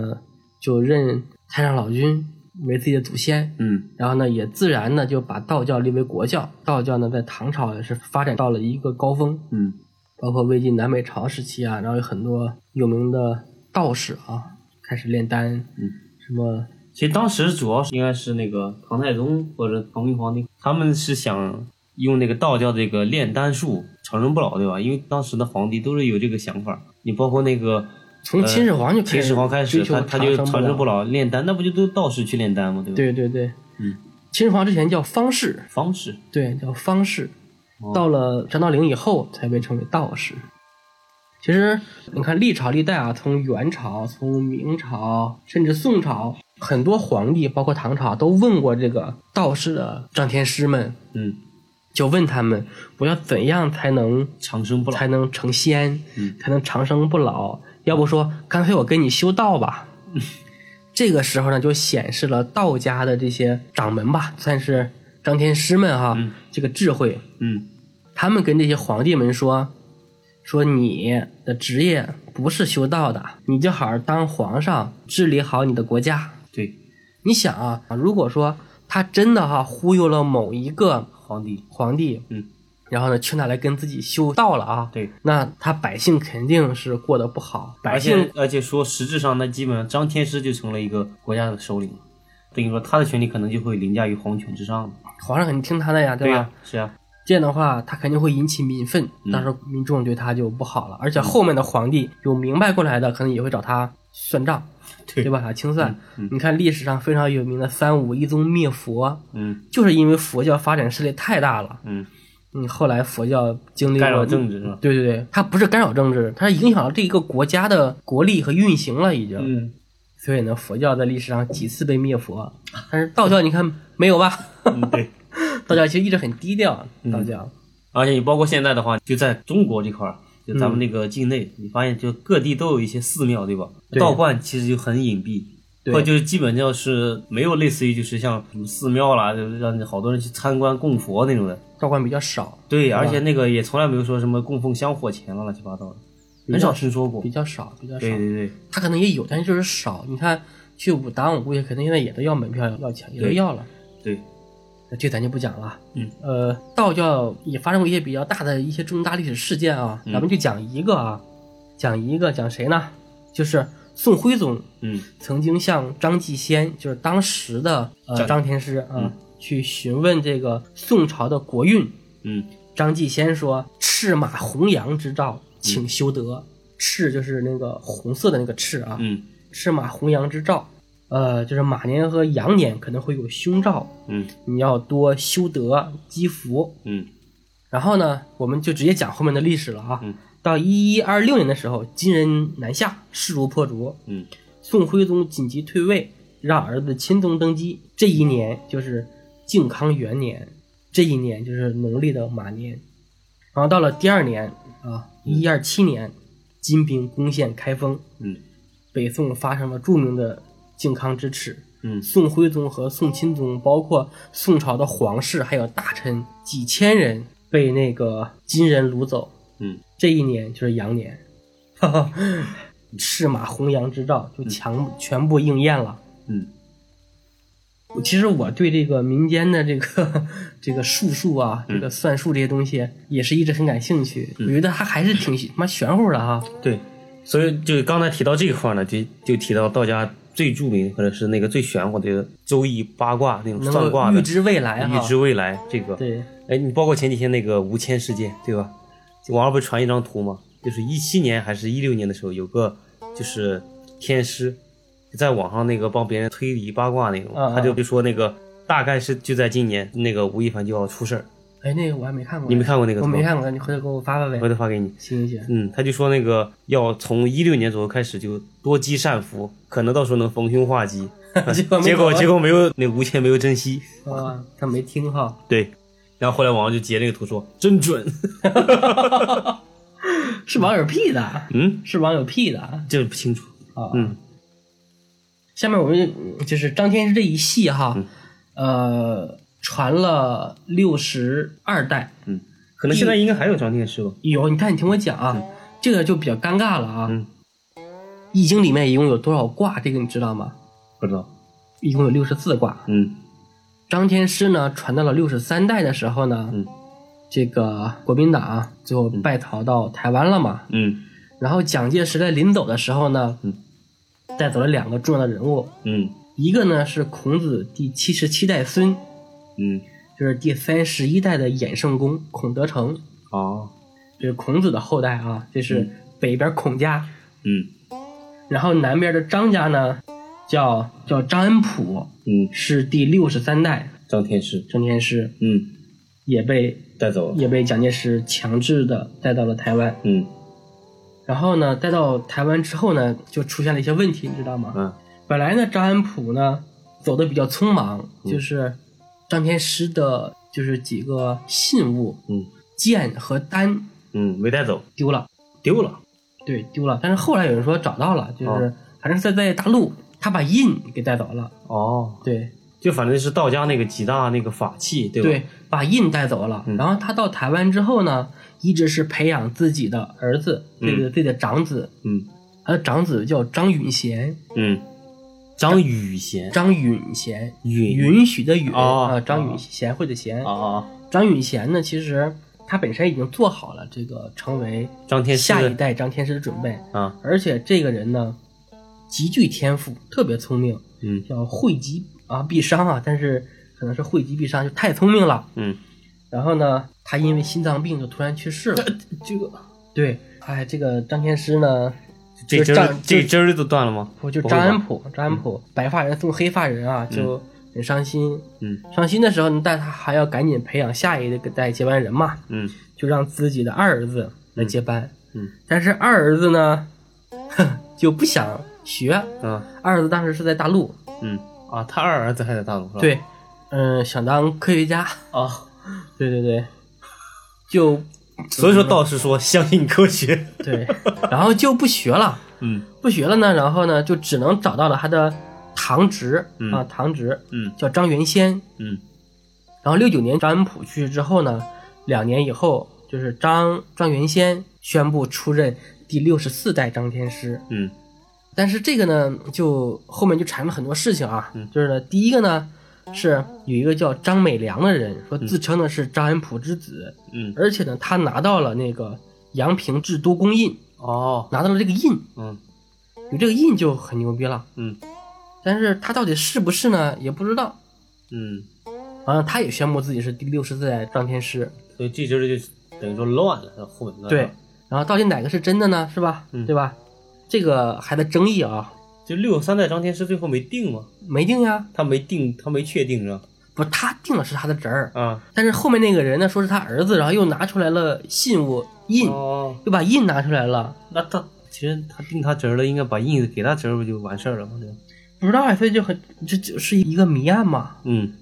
A: 就认太上老君为自己的祖先，
B: 嗯
A: 然后呢也自然呢就把道教立为国教。道教呢在唐朝也是发展到了一个高峰，
B: 嗯
A: 包括魏晋南北朝时期啊，然后有很多有名的道士啊开始炼丹，
B: 嗯，
A: 什么
B: 其实当时主要是应该是那个唐太宗或者唐明皇帝，他们是想用那个道教这个炼丹术长生不老，对吧？因为当时的皇帝都是有这个想法。你包括那个
A: 从秦始皇就开始
B: 呃秦始皇开始，
A: 追求
B: 他他就
A: 长
B: 长
A: 生
B: 生
A: 不
B: 不老炼丹，那不就都道士去炼丹吗？对吧？
A: 对对对，
B: 嗯，
A: 秦始皇之前叫方士，
B: 方式
A: 对，叫方士。
B: 哦
A: 到了张道陵以后，才被称为道士。其实你看历朝历代啊，从元朝、从明朝，甚至宋朝，很多皇帝，包括唐朝，都问过这个道士的张天师们，
B: 嗯，
A: 就问他们，我要怎样才能
B: 长生不老
A: 才。能成仙，
B: 嗯
A: 才能长生不老？要不说干脆我给你修道吧。
B: 嗯
A: 这个时候呢，就显示了道家的这些掌门吧，算是张天师们哈，
B: 嗯
A: 这个智慧。
B: 嗯
A: 他们跟这些皇帝们说，说你的职业不是修道的，你就好好当皇上，治理好你的国家。，
B: 对，
A: 你想啊，如果说他真的哈、忽悠了某一个
B: 皇帝，
A: 皇帝，
B: 嗯，
A: 然后呢去那来跟自己修道了啊，
B: 对，
A: 那他百姓肯定是过得不好，百
B: 而且
A: 姓
B: 而且说实质上，那基本上张天师就成了一个国家的首领了，等于说他的权力可能就会凌驾于皇权之上了。
A: 皇上肯定听他的呀，
B: 对
A: 吧？
B: 呀，是啊呀，
A: 这样的话，他肯定会引起民愤，
B: 嗯
A: 到时候民众对他就不好了。而且后面的皇帝有明白过来的，可能也会找他算账，
B: 对
A: 吧？他清算。
B: 嗯嗯
A: 你看历史上非常有名的三武一宗灭佛，
B: 嗯
A: 就是因为佛教发展势力太大了。
B: 嗯，
A: 嗯，后来佛教经历
B: 干扰
A: 了
B: 政治是吧？
A: 对对对，它不是干扰政治，它是影响了这一个国家的国力和运行了，已经。
B: 嗯，
A: 所以呢，佛教在历史上几次被灭佛，但是道教你看没有吧？
B: 嗯对。
A: 道教其实一直很低调，道教。
B: 而且你包括现在的话，就在中国这块儿，就咱
A: 嗯
B: 们那个境内，你发现就各地都有一些寺庙，对吧？
A: 对
B: 道观其实就很隐蔽，
A: 对
B: 或者就是基本上是没有类似于就是像什么寺庙啦，就是让你好多人去参观供佛那种的。
A: 道观比较少，
B: 对，而且那个也从来没有说什么供奉香火钱了乱七八糟的，很少听说过
A: 比。较少，比较少
B: 对。对对，
A: 他可能也有，但是就是少。你看去武当，我估计可能现在也都要门票要钱，也都
B: 对
A: 要了。
B: 对，
A: 那这咱就不讲了。
B: 嗯，
A: 呃，道教也发生过一些比较大的一些重大历史事件啊，
B: 嗯
A: 咱们就讲一个啊，讲一个，讲谁呢？就是宋徽宗
B: 嗯
A: 曾经向张继先，就是当时的呃
B: 张
A: 张天师啊，
B: 嗯
A: 去询问这个宋朝的国运。
B: 嗯
A: 张继先说：“赤马弘扬之道，请修德。赤就是那个红色的那个赤啊，
B: 嗯
A: 赤马弘扬之兆，呃，就是马年和羊年可能会有凶兆，
B: 嗯
A: 你要多修德积福。
B: 嗯
A: 然后呢，我们就直接讲后面的历史了啊。
B: 嗯
A: 到一一二六年的时候，金人南下，势如破竹，
B: 嗯
A: 宋徽宗紧急退位，让儿子钦宗登基。这一年就是靖康元年，这一年就是农历的马年。然后到了第二年啊，一二七年，金兵攻陷开封，
B: 嗯
A: 北宋发生了著名的靖康之耻。
B: 嗯
A: 宋徽宗和宋钦宗，包括宋朝的皇室还有大臣，几千人被那个金人掳走。
B: 嗯，
A: 这一年就是羊年， 哈哈，赤马弘扬之兆就强全部应验了。
B: 嗯
A: 其实我对这个民间的这个 这个术数啊，
B: 嗯
A: 这个算术这些东西也是一直很感兴趣。我觉得它还是挺妈玄乎的啊哈、
B: 对，所以就是刚才提到这块儿呢，就就提到道家最著名或者是那个最玄乎的《周易》八卦那种
A: 能
B: 算
A: 够
B: 卦
A: 预
B: 的。
A: 知未来哈、
B: 预知未来这个，
A: 对，
B: 哎，你包括前几天那个吴谦事件，对吧？网上不是传一张图吗？就是一七年还是一六年的时候，有个就是天师，在网上那个帮别人推理八卦那种，
A: 啊啊
B: 他就就说那个大概是就在今年那个吴亦凡就要出事儿，
A: 哎，那个我还没看过，
B: 你没看过那个
A: 我没
B: 图
A: 看过，你回头给我发发呗。
B: 回头发给你。
A: 行行行，
B: 嗯，他就说那个要从一六年左右开始就多积善福，可能到时候能逢凶化吉。
A: 结果没
B: 结
A: 有
B: 果
A: 啊
B: 结果没有那个吴谦没有珍惜，
A: 啊，他没听哈。
B: 对。然后后来网上就截那个图说真 准，
A: 是网友 P 的，啊
B: 嗯，
A: 是网友 P 的啊。
B: 这不清楚。嗯
A: 下面我们嗯就是张天师这一系哈，呃，传了六十二代，
B: 嗯，可能现在应该还有张天师吧？
A: 有你看你听我讲啊，这个就比较尴尬了啊。
B: 嗯
A: 易经里面一共有多少卦？这个你知道吗？
B: 不知道。
A: 一共有六十四卦。
B: 嗯
A: 张天师呢，传到了六十三代的时候呢，
B: 嗯
A: 这个国民党啊最后败逃到台湾了嘛。
B: 嗯
A: 然后蒋介石在临走的时候呢，
B: 嗯
A: 带走了两个重要的人物，
B: 嗯
A: 一个呢是孔子第七十七代孙，
B: 嗯，
A: 就是第三十一代的衍圣公孔德成，
B: 哦，
A: 这是孔子的后代啊，这是北边孔家，
B: 嗯
A: 然后南边的张家呢，叫叫张恩溥，
B: 嗯，
A: 是第六十三代
B: 张天师，
A: 张天师，
B: 嗯，
A: 也被
B: 带走了。
A: 也被蒋介石强制的带到了台湾。
B: 嗯
A: 然后呢，带到台湾之后呢，就出现了一些问题，你知道吗？
B: 嗯
A: 本来呢，张安溥呢走的比较匆忙，
B: 嗯
A: 就是张天师的，就是几个信物
B: 嗯
A: 剑和丹
B: 嗯，没带走，
A: 丢了，
B: 丢了。
A: 对，丢了。但是后来有人说找到了，就是
B: 哦
A: 反正是在大陆，他把印给带走了，
B: 哦，
A: 对
B: 就反正是道家那个几大那个法器，对吧？
A: 对，把印带走了。
B: 嗯
A: 然后他到台湾之后呢，一直是培养自己的儿子，
B: 嗯
A: 这个自己的长子，
B: 嗯
A: 他的长子叫张允贤，
B: 嗯，张雨贤，
A: 张允贤。
B: 允
A: 允许的允
B: 哦
A: 啊，张允贤惠的贤
B: 啊啊，
A: 张允贤呢，其实他本身已经做好了这个成为
B: 张天师
A: 下一
B: 的
A: 代张天师的准备，
B: 啊，
A: 而且这个人呢，极具天赋，特别聪明，
B: 嗯
A: 叫惠极啊必伤啊，但是可能是惠极必伤，就太聪明了。
B: 嗯，
A: 然后呢，他因为心脏病就突然去世了。
B: 呃这个
A: 对，哎，这个张天师呢，
B: 这
A: 就
B: 针
A: 张
B: 儿这
A: 就
B: 针儿都断了吗？
A: 我就
B: 不会
A: 张安
B: 吧
A: 溥，张安溥，白发人送黑发人啊，就很伤心。
B: 嗯
A: 伤心的时候呢，但他还要赶紧培养下一个代接班人嘛。
B: 嗯
A: 就让自己的二儿子来接班。
B: 嗯
A: 但是二儿子呢， 哼，就不想学。
B: 啊
A: 二儿子当时是在大陆，
B: 嗯啊，他二儿子还在大陆是吧？
A: 对，嗯、想当科学家。
B: 啊，
A: 对对对，就
B: 所以说道士说相信科学。
A: 对，然后就不学了，
B: 嗯
A: 不学了呢，然后呢，就只能找到了他的堂侄、
B: 嗯
A: 啊，堂侄
B: 嗯
A: 叫张元先。
B: 嗯
A: 然后六九年张恩溥去世之后呢，两年以后就是张张元先宣布出任第六十四代张天师。
B: 嗯
A: 但是这个呢，就后面就产生了很多事情啊。
B: 嗯
A: 就是呢，第一个呢是有一个叫张美良的人，说自称呢是张安溥之子，
B: 嗯，
A: 而且呢他拿到了那个阳平制多公印，
B: 哦，
A: 拿到了这个印，
B: 嗯
A: 有这个印就很牛逼了。
B: 嗯
A: 但是他到底是不是呢，也不知道。
B: 嗯，
A: 完了，他也宣布自己是第六十四代张天师，
B: 所以这针儿就等于说乱了，到后面乱了
A: 对，。然后到底哪个是真的呢？是吧？
B: 嗯
A: 对吧？这个还在争议啊，
B: 就六十三代张天师最后没定嘛，
A: 没定呀。
B: 他没定，他没确定是吧？
A: 不是他定了是他的侄儿，
B: 啊，
A: 但是后面那个人呢，说是他儿子，然后又拿出来了信物印，
B: 哦，
A: 又把印拿出来了，
B: 那他其实他定他侄儿了，应该把印子给他侄儿不就完事儿了吗？对吧？
A: 不知道啊，所以就很这就是一个谜案嘛。
B: 嗯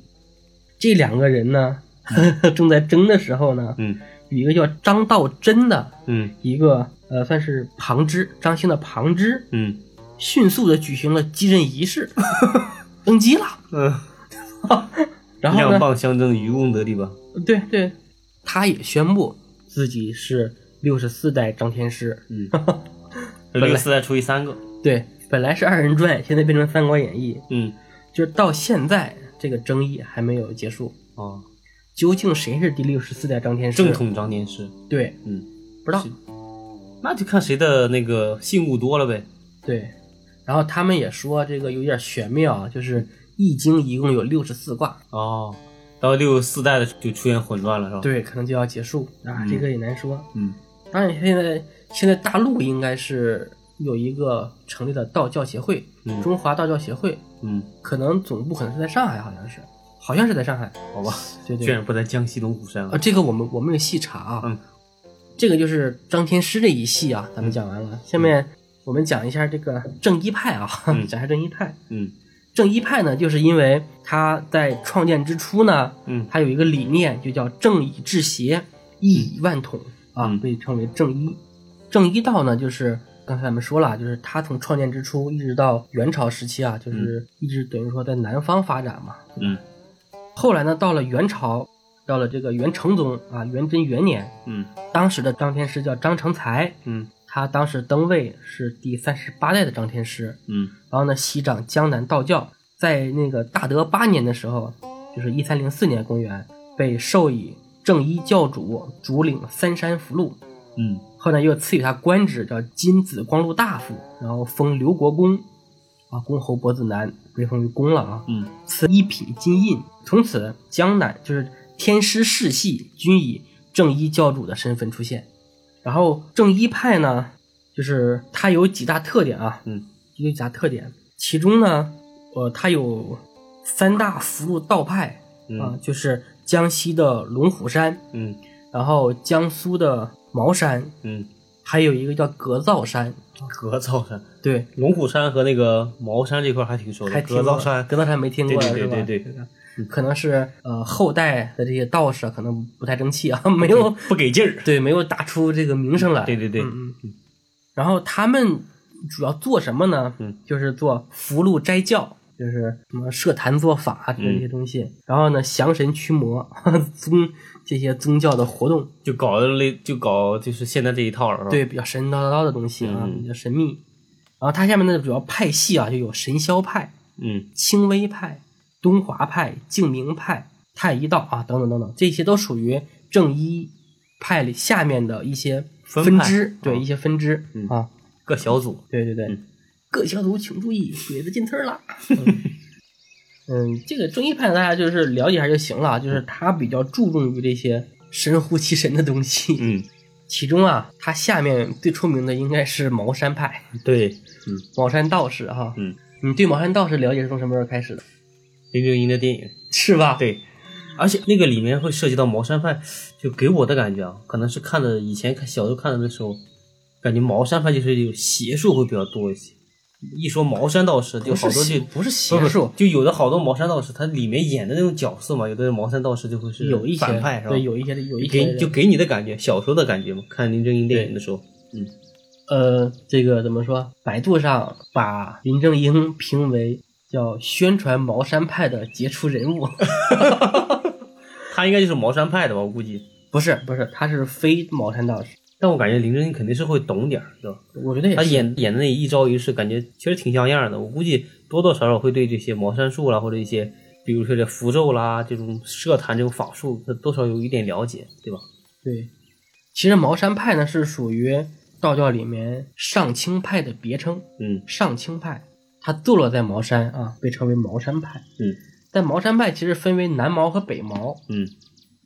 A: 这两个人呢， 正在争的时候呢，
B: 嗯
A: 有一个叫张道真的
B: 嗯
A: 一个呃，算是旁支，张兴的旁支，
B: 嗯
A: 迅速的举行了继任仪 式，登基了。
B: 嗯，
A: 然后
B: 两
A: 呢，
B: 棒相争，渔翁得利吧？
A: 对对，他也宣布自己是六十四代张天师。
B: 嗯，
A: 来
B: 六十四代除以三个，
A: 对，本来是二人转，现在变成《三国演义》。
B: 嗯，
A: 就是到现在这个争议还没有结束，
B: 哦，
A: 究竟谁是第六十四代张天师？
B: 正统张天师，
A: 对，
B: 嗯，
A: 不知道
B: 是那就看谁的那个信物多了呗。
A: 对。然后他们也说这个有点玄妙啊，就是《易经》一共有六十四卦，
B: 哦，到六十四代的就出现混乱了是吧？，
A: 对，可能就要结束啊，
B: 嗯
A: 这个也难说。
B: 嗯
A: 当然，现在现在大陆应该是有一个成立的道教协会，
B: 嗯
A: 中华道教协会，
B: 嗯，
A: 可能总部可能是在上海，好像是，好像是在上海，
B: 好吧，
A: 对
B: 居
A: 对。
B: 然不在江西龙虎山
A: 啊，
B: 了。
A: 这个我们我没有细查啊。
B: 嗯，
A: 这个就是张天师这一系啊，咱们讲完了。下面我们讲一下这个正一派啊，
B: 嗯
A: 讲一下正一派。
B: 嗯
A: 正一派呢，就是因为他在创建之初呢，
B: 嗯
A: 他有一个理念，就叫正以治邪，一以万统啊
B: 嗯，
A: 被称为正一。正一道呢，就是刚才咱们说了，就是他从创建之初一直到元朝时期啊，就是一直等于说在南方发展嘛。
B: 嗯
A: 后来呢，到了元朝，到了这个元成宗啊，元贞元年，
B: 嗯
A: 当时的张天师叫张成才，
B: 嗯
A: 他当时登位是第三十八代的张天师，
B: 嗯
A: 然后呢，袭掌江南道教，在那个大德八年的时候，就是一三零四年公元，被授以正一教主，主领三山福禄，
B: 嗯
A: 后来又赐予他官职叫金紫光禄大夫，然后封刘国公，啊，公侯伯子男被封为公了啊，
B: 嗯
A: 赐一品金印。从此，江南就是天师世系均以正一教主的身份出现。然后正一派呢，就是它有几大特点啊，
B: 嗯，
A: 有几大特点，其中呢，呃，它有三大福禄道派啊，
B: 嗯
A: 就是江西的龙虎山，
B: 嗯
A: 然后江苏的茅山，
B: 嗯，
A: 还有一个叫格造山，
B: 啊格造山、
A: 对，
B: 龙虎山和那个茅山这块还挺熟
A: 还
B: 的，
A: 听
B: 格造
A: 过
B: 山
A: 格造山没听过啊
B: 对对
A: 是吧？
B: 对对对
A: 对，可能是呃后代的这些道士啊可能不太争气啊， 没有
B: 不给劲 儿。
A: 对没有打出这个名声来。
B: 对对对，
A: 嗯嗯。然后他们主要做什么呢？
B: 嗯，
A: 就是做福禄斋教。就是什么设坛做法啊，这
B: 嗯
A: 些东西，然后呢，降神驱魔，宗这些宗教的活动，
B: 就搞的类就搞就是现在这一套了，是吧？
A: 对，比较神神叨叨的东西啊，
B: 嗯
A: 比较神秘。然后它下面的主要派系啊，就有神霄派、
B: 嗯
A: 清微派、东华派、净明派、太一道啊，等等等等，这些都属于正一派里下面的一些
B: 分
A: 分
B: 派
A: 支，对
B: 啊
A: 一些分支、
B: 嗯
A: 啊，
B: 各小组，
A: 对对对，
B: 嗯
A: 各小组请注意，鬼子进村儿了。嗯嗯，这个正一派大家就是了解一下就行了，就是他比较注重于这些神乎其神的东西，
B: 嗯，
A: 其中啊，它下面最出名的应该是茅山派，
B: 对，嗯，
A: 茅山道士哈。
B: 嗯，
A: 你对茅山道士了解是从什么时候开始的？
B: 林正英的电影，
A: 是吧？，
B: 对，而且那个里面会涉及到茅山派，就给我的感觉啊，可能是看的以前看小时候看的那时候，感觉茅山派就是有邪术会比较多一些。一说茅山道士，就
A: 不
B: 好
A: 是
B: 多
A: 邪
B: 就
A: 不是
B: 不
A: 邪
B: 是
A: 术，
B: 就有的好多茅山道士，他里面演的那种角色嘛，有的茅山道士就会是
A: 有一些
B: 反派是吧？
A: 对，有一些有一些
B: 给就给你的感觉，小时候的感觉嘛，看林正英电影的时候，
A: 呃，这个怎么说？百度上把林正英评为叫宣传茅山派的杰出人物，
B: 他应该就是茅山派的吧，我估计。
A: 不是不是，他是非茅山道士，
B: 但我感觉林正英肯定是会懂点儿，对吧？
A: 我觉得也
B: 他
A: 是
B: 演演的那一招一式，感觉其实挺像样的。我估计多多少少会对这些茅山术啦，或者一些比如说这符咒啦，这种设坛这种法术，他多少有一点了解，对吧？
A: 对。其实茅山派呢是属于道教里面上清派的别称，
B: 嗯
A: 上清派，它坐落在茅山啊，被称为茅山派。
B: 嗯
A: 但茅山派其实分为南茅和北茅，
B: 嗯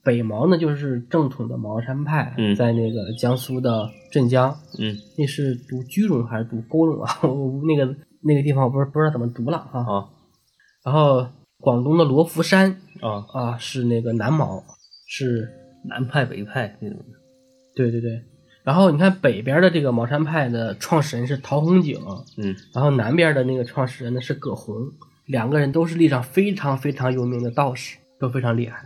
A: 北茅呢就是正统的茅山派，
B: 嗯
A: 在那个江苏的镇江，
B: 嗯，
A: 那是读居荣还是读沟荣啊？ 我那个那个地方我不是不知道怎么读了啊。
B: 啊
A: 然后广东的罗浮山
B: 啊，
A: 啊是那个南茅，是
B: 南派北派那种的，
A: 对对对。然后你看北边的这个茅山派的创始人是陶弘景，
B: 嗯
A: 然后南边的那个创始人呢是葛洪，两个人都是历史上非常非常有名的道士，都非常厉害。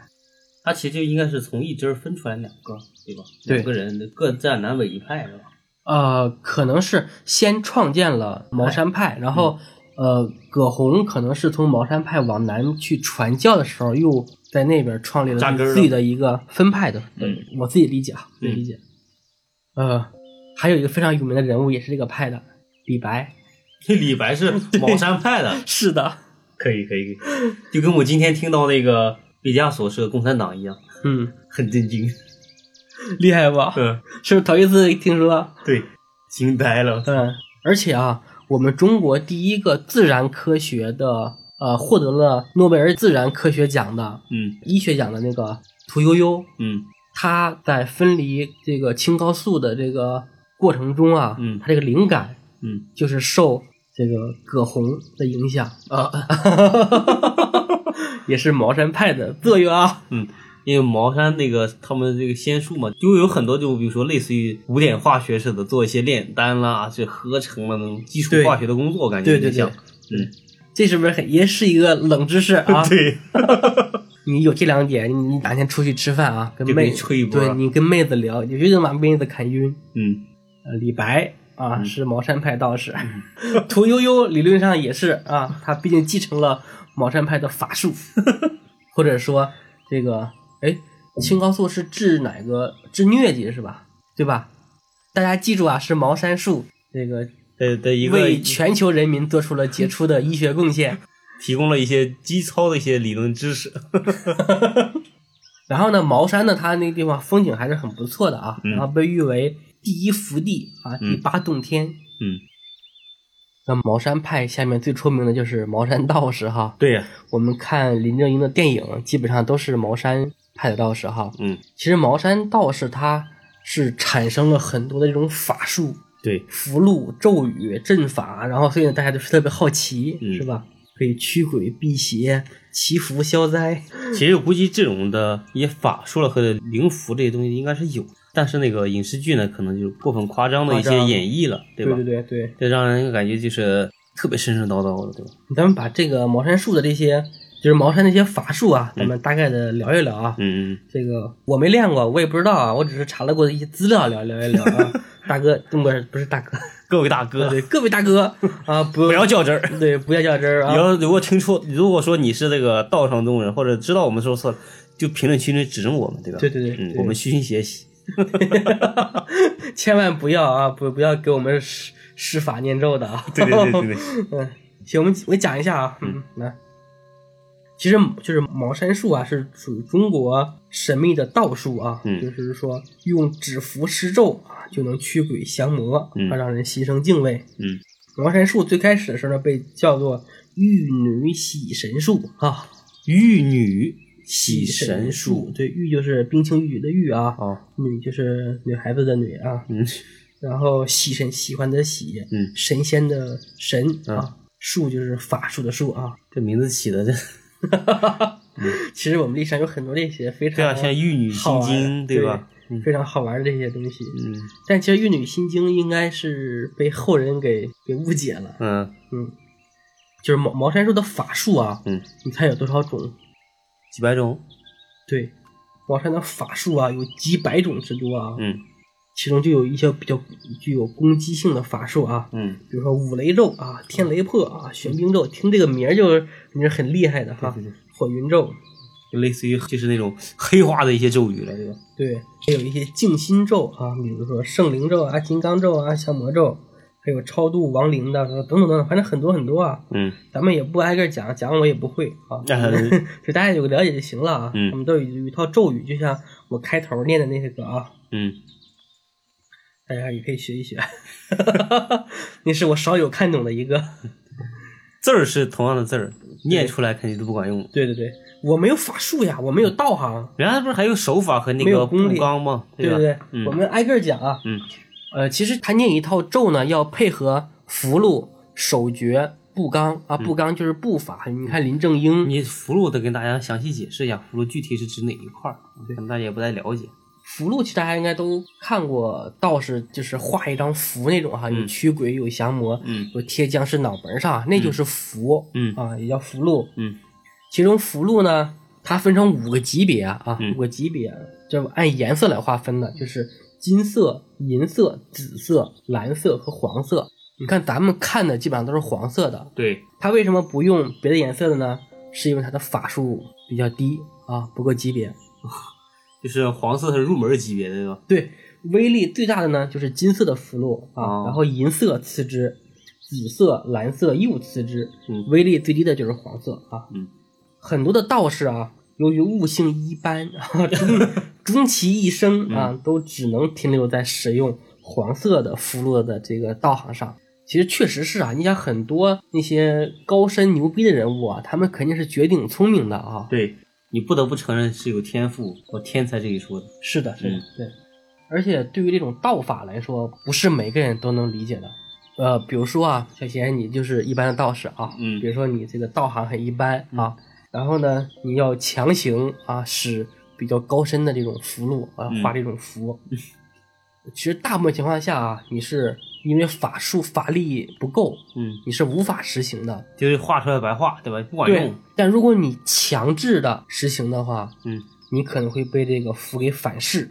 B: 他其实就应该是从一支儿分出来两个，对吧？
A: 对
B: 两个人各占南北一派，是吧？
A: 呃，可能是先创建了茅山派，然后、
B: 嗯
A: 呃，葛洪可能是从茅山派往南去传教的时候，又在那边创立
B: 扎
A: 了
B: 根了
A: 自己的一个分派的。
B: 嗯
A: 我自己理解啊，自己理解。呃，还有一个非常有名的人物也是这个派的，李白。
B: 李白 是茅山派的，
A: 是的，
B: 可以可以，可以就跟我今天听到那个毕加索是共产党一样，
A: 嗯，
B: 很震惊。
A: 厉害吧？
B: 嗯，
A: 是不是头一次听说？
B: 对，惊呆了。
A: 嗯，而且啊，我们中国第一个自然科学的呃获得了诺贝尔自然科学奖的
B: 嗯
A: 医学奖的那个屠呦呦，
B: 嗯
A: 她在分离这个青蒿素的这个过程中啊，
B: 嗯
A: 她这个灵感
B: 嗯，
A: 就是受这个葛洪的影响，
B: 啊，
A: 也是茅山派的作用啊。
B: 嗯，因为茅山那个他们这个仙术嘛，就有很多就比如说类似于古典化学似的，做一些炼丹啦，这合成了那种基础
A: 对
B: 化学的工作，我感觉
A: 对
B: 有
A: 对
B: 点
A: 对
B: 像，，嗯，？
A: 这是不是很也是一个冷知识啊
B: 对，
A: 你有这两点，你哪天出去吃饭啊，跟
B: 就给
A: 妹
B: 你吹一波
A: 对你跟妹子聊，你就能把妹子砍晕。
B: 嗯，
A: 呃李白啊、是茅山派道士，
B: 嗯
A: 屠呦呦理论上也是啊，他毕竟继承了茅山派的法 术，或者说这个哎，青蒿素是治哪个治疟疾是吧？对吧？大家记住啊，是茅山术这个
B: 的的一个
A: 为全球人民做出了杰出的医学贡 献。
B: 提供了一些基操的一些理论知识，
A: 然后呢，茅山呢，它那个地方风景还是很不错的啊，
B: 嗯
A: 然后被誉为第一福地啊，第八洞天。
B: 嗯，
A: 那茅山派下面最出名的就是茅山道士哈，
B: 对呀、
A: 我们看林正英的电影，基本上都是茅山派的道士哈。
B: 嗯，
A: 其实茅山道士他是产生了很多的这种法术、
B: 对，
A: 符箓、咒语、阵法，然后所以呢，大家就是特别好奇，
B: 嗯
A: 是吧？可以驱鬼、辟邪、祈福、消灾。
B: 其实我估计这种的一些法术了和灵符这些东西应该是有，但是那个影视剧呢，可能就是过分夸张的一些
A: 夸张
B: 演绎了，对吧？
A: 对对对，
B: 这让人感觉就是特别神神叨叨的，对吧？
A: 咱们把这个茅山术的这些，就是茅山那些法术啊，咱们大概的聊一聊啊。
B: 嗯，嗯
A: 这个我没练过，我也不知道啊，我只是查了过的一些资料聊聊一聊啊。 大哥，不是不是大哥，
B: 各位大哥，
A: 对各位大哥啊，不
B: 不要较真儿。
A: 对，不要较真儿
B: 你
A: 啊！
B: 要如果听错，如果说你是这个道上中人，或者知道我们说错了，就评论区里指正我们，对吧？
A: 对对对
B: 嗯，
A: 对
B: 我们虚心学习。
A: 千万不要啊，不不要给我们施施法念咒的啊！
B: 对对对对对，
A: 嗯，行，我们我讲一下啊，嗯，来，其实就是茅山术啊，是属于中国神秘的道术啊，
B: 嗯
A: 就是说用指符施咒啊，就能驱鬼降魔，
B: 嗯
A: 啊，让人心生敬畏。
B: 嗯，
A: 茅山术最开始的时候呢，被叫做玉女洗神术啊，
B: 玉女洗神术，
A: 对，玉就是冰清玉洁的玉啊，
B: 哦，
A: 女就是女孩子的女啊，
B: 嗯
A: 然后喜神喜欢的喜，
B: 嗯，
A: 神仙的神
B: 嗯
A: 啊，术就是法术的术啊。
B: 这名字起的这，
A: 其实我们历史上有很多这些非常
B: 嗯对啊，像玉女
A: 好
B: 心
A: 玩
B: 经，
A: 对
B: 吧？嗯
A: 非常好玩的这些东西。
B: 嗯
A: 但其实《玉女心经》应该是被后人给给误解了，
B: 嗯
A: 嗯，就是茅茅山术的法术啊，
B: 嗯，
A: 你看有多少种？
B: 几百种，
A: 对，茅山的法术啊有几百种之多啊，
B: 嗯
A: 其中就有一些比较具有攻击性的法术啊，
B: 嗯，
A: 比如说五雷咒啊、天雷破啊、玄冰咒，听这个名儿就是你是很厉害的哈。
B: 对对对
A: 火云咒，
B: 啊就类似于就是那种黑化的一些咒语了，对吧？
A: 对，还有一些静心咒啊，比如说圣灵咒啊、金刚咒啊、降魔咒，还有超度亡灵的等等等等，反正很多很多啊。
B: 嗯
A: 咱们也不挨个讲，讲我也不会啊，
B: 嗯
A: 就大家有个了解就行了啊。
B: 嗯
A: 我们都有有一套咒语，就像我开头念的那个啊，
B: 嗯，
A: 大家也可以学一学。 那是我少有看懂的一个。
B: 字儿是同样的字儿，念出来肯定都不管用。
A: 对对对，我没有法术呀，我没有道行。
B: 人家不是还有手法和那
A: 没
B: 个
A: 有功
B: 步
A: 力
B: 纲吗？
A: 对
B: 吧？
A: 对，
B: 嗯
A: 我们挨个儿讲啊。
B: 嗯，
A: 呃，其实他念一套咒呢，要配合符箓、手诀、步纲
B: 嗯
A: 啊，步纲就是步法。你看林正英，
B: 你符箓得跟大家详细解释一下，符箓具体是指哪一块儿？可能大家也不太了解。
A: 符箓其实大家应该都看过，道士就是画一张符那种哈，有
B: 嗯
A: 驱鬼，有降魔，
B: 嗯
A: 有贴僵尸脑门上，那就是符
B: 嗯
A: 啊，也叫符箓。
B: 嗯
A: 其中符箓呢，它分成五个级别啊，
B: 嗯
A: 五个级别，就按颜色来划分的，就是金色、银色、紫色、蓝色和黄色。你看咱们看的基本上都是黄色的，
B: 对，
A: 它为什么不用别的颜色的呢？是因为它的法术比较低啊，不够级别。
B: 就是黄色是入门级别的，对吧？
A: 对，威力最大的呢就是金色的符箓啊，
B: 哦
A: 然后银色次之，紫色、蓝色又次之，
B: 嗯
A: 威力最低的就是黄色啊。
B: 嗯
A: 很多的道士啊，由于悟性一般， 啊终终其一生
B: 嗯
A: 啊，都只能停留在使用黄色的符箓的这个道行上。其实确实是啊，你想很多那些高深牛逼的人物啊，他们肯定是绝顶聪明的啊。
B: 对，你不得不承认是有天赋和天才这一说的。
A: 是的，是的，
B: 嗯
A: 对。而且对于这种道法来说，不是每个人都能理解的。呃，比如说啊，小贤你就是一般的道士啊，
B: 嗯
A: 比如说你这个道行很一般啊，然后呢，你要强行啊使比较高深的这种符箓啊
B: 嗯
A: 画这种符，其实大部分情况下啊，你是因为法术法力不够，
B: 嗯，
A: 你是无法实行的。
B: 就是画出来白画，对吧？不管
A: 对
B: 用，，
A: 但如果你强制的实行的话，
B: 嗯，
A: 你可能会被这个符给反噬。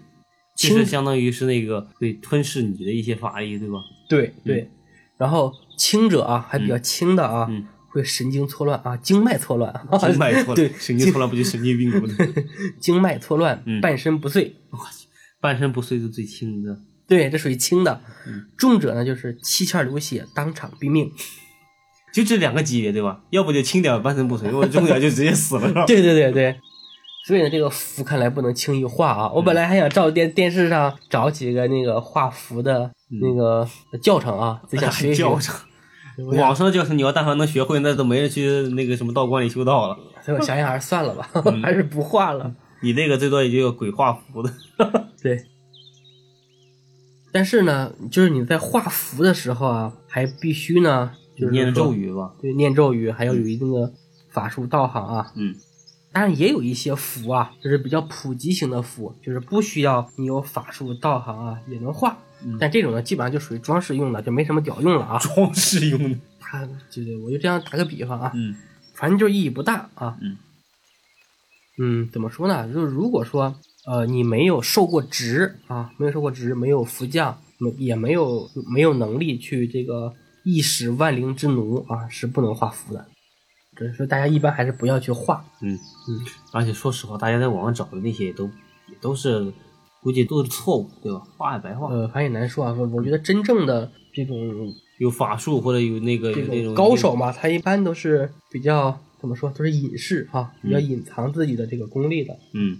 B: 其实相当于是那个对吞噬你的一些法力，对吧？
A: 对对，然后轻者啊，还比较轻的啊，
B: 嗯嗯
A: 会神经错乱啊，经脉错乱啊，
B: 神 经错乱，
A: 对，
B: 神经错乱不就神经病吗？
A: 经脉错乱，
B: 嗯
A: 半身不遂，
B: 半身不遂是最轻的。
A: 对，这属于轻的
B: 嗯。
A: 重者呢，就是七窍流血，当场毙 命。
B: 就这两个级别对吧？要不就轻点儿半身 不遂，要不重点儿就直接死了。是吧
A: 对对对对。所以呢，这个符看来不能轻易画啊！我本来还想照
B: 嗯
A: 电电视上找几个那个画符的那个教程啊，就想学一学。
B: 教程，网上的教程你要但凡能学会，那都没人去那个什么道观里修道了。
A: 所以我想想还是算了吧，
B: 嗯
A: 还是不画了。
B: 你那个最多也就有鬼画符的，
A: 对。但是呢，就是你在画符的时候啊，还必须呢，就是
B: 念
A: 说
B: 咒，语吧。
A: 对，念咒语，还要有一定的法术道行啊。
B: 嗯
A: 当然也有一些符啊，就是比较普及型的符，就是不需要你有法术道行啊也能画。
B: 嗯
A: 但这种呢，基本上就属于装饰用的，就没什么屌用了 啊。
B: 装饰用的。
A: 它就是，我就这样打个比方啊，
B: 嗯
A: 反正就意义不大啊。
B: 嗯
A: 嗯怎么说呢？就是如果说呃你没有受过职啊，没有受过职，没有福将，没也没有没有能力去这个一使万灵之奴啊，是不能画符的。只是说大家一般还是不要去画。
B: 嗯
A: 嗯，
B: 而且说实话，大家在网上找的那些也都也都是，估计都是错误，对吧？画也白画，
A: 呃，反正也难说啊。我我觉得真正的这种
B: 有法术或者有那个
A: 这
B: 有那种
A: 种高手嘛，他一般都是比较怎么说，都是隐士啊，比较隐藏自己的这个功力的。
B: 嗯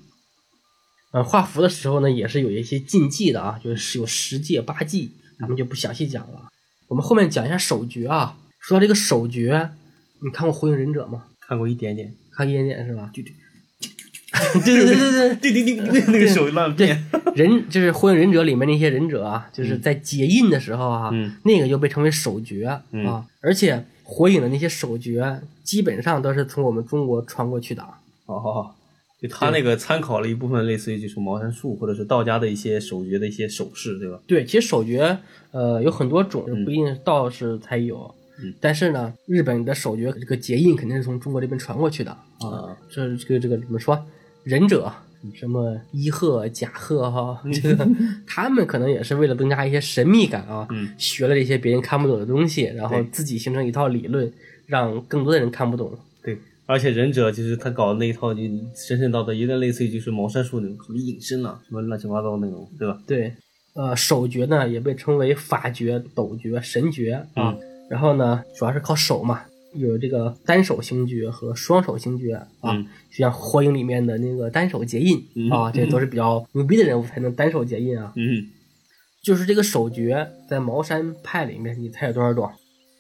A: 呃，画符的时候呢，也是有一些禁忌的啊，就是有十戒八忌，咱们就不详细讲了。我们后面讲一下手诀啊。说到这个手诀，你看过《火影忍者》吗？
B: 看过一点点，
A: 看一点点是吧？
B: 对
A: 对对
B: 对
A: 对对
B: 对对对，那个手乱变，
A: 对，忍就是《火影忍者》里面那些忍者啊，就是在结印的时候啊，
B: 嗯
A: 那个就被称为手诀啊。
B: 嗯
A: 而且火影的那些手诀基本上都是从我们中国传过去的啊。
B: 哦，就他那个参考了一部分类似于就是茅山术或者是道家的一些手诀的一些手势，对吧？
A: 对，其实手诀呃有很多种，不一定是道士才有。
B: 嗯
A: 但是呢，日本的手诀这个结印肯定是从中国这边传过去的啊
B: 啊。
A: 这这个这个怎么说？忍者什么伊贺、甲贺 哈，这个他们可能也是为了增加一些神秘感啊，
B: 嗯
A: 学了这些别人看不懂的东西，然后
B: 对
A: 自己形成一套理论，让更多的人看不懂。
B: 对，而且忍者就是他搞的那一套就神神道道，有点类似于就是茅山术那种什么隐身啊，什么乱七八糟那种，对吧？
A: 对，呃，手诀呢也被称为法诀、斗诀、神诀啊。
B: 嗯
A: 然后呢，主要是靠手嘛，有这个单手行诀和双手行诀啊。
B: 嗯
A: 就像《火影》里面的那个单手结印、
B: 嗯
A: 啊，这都是比较牛逼的人物才能单手结印啊。
B: 嗯，
A: 就是这个手诀在茅山派里面，你猜有多少种？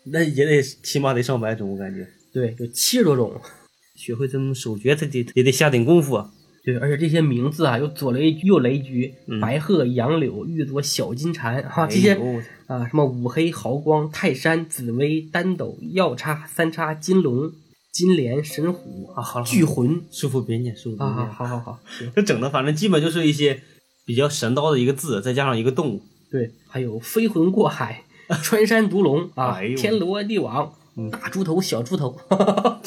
B: 那也得起码得上百种，我感觉。
A: 对，有七十多种。
B: 学会这么手诀，他得也得下点功夫啊。
A: 对，而且这些名字啊，有左雷右雷菊、
B: 嗯
A: 白鹤、杨柳、玉镯、小金蝉啊，这些、
B: 哎呦我操
A: 啊，什么五黑、毫光、泰山、紫薇、丹斗、药叉、三叉、金龙、金莲、神虎、
B: 啊，嗯好了，
A: 巨魂
B: 师傅别念，师傅别
A: 啊，
B: 念，
A: 好好好，行，
B: 这整的反正基本就是一些比较神叨的一个字，再加上一个动物，
A: 对，还有飞魂过 海、穿山独龙啊、
B: 哎呦
A: 天罗地网、
B: 嗯
A: 大猪头、小猪头，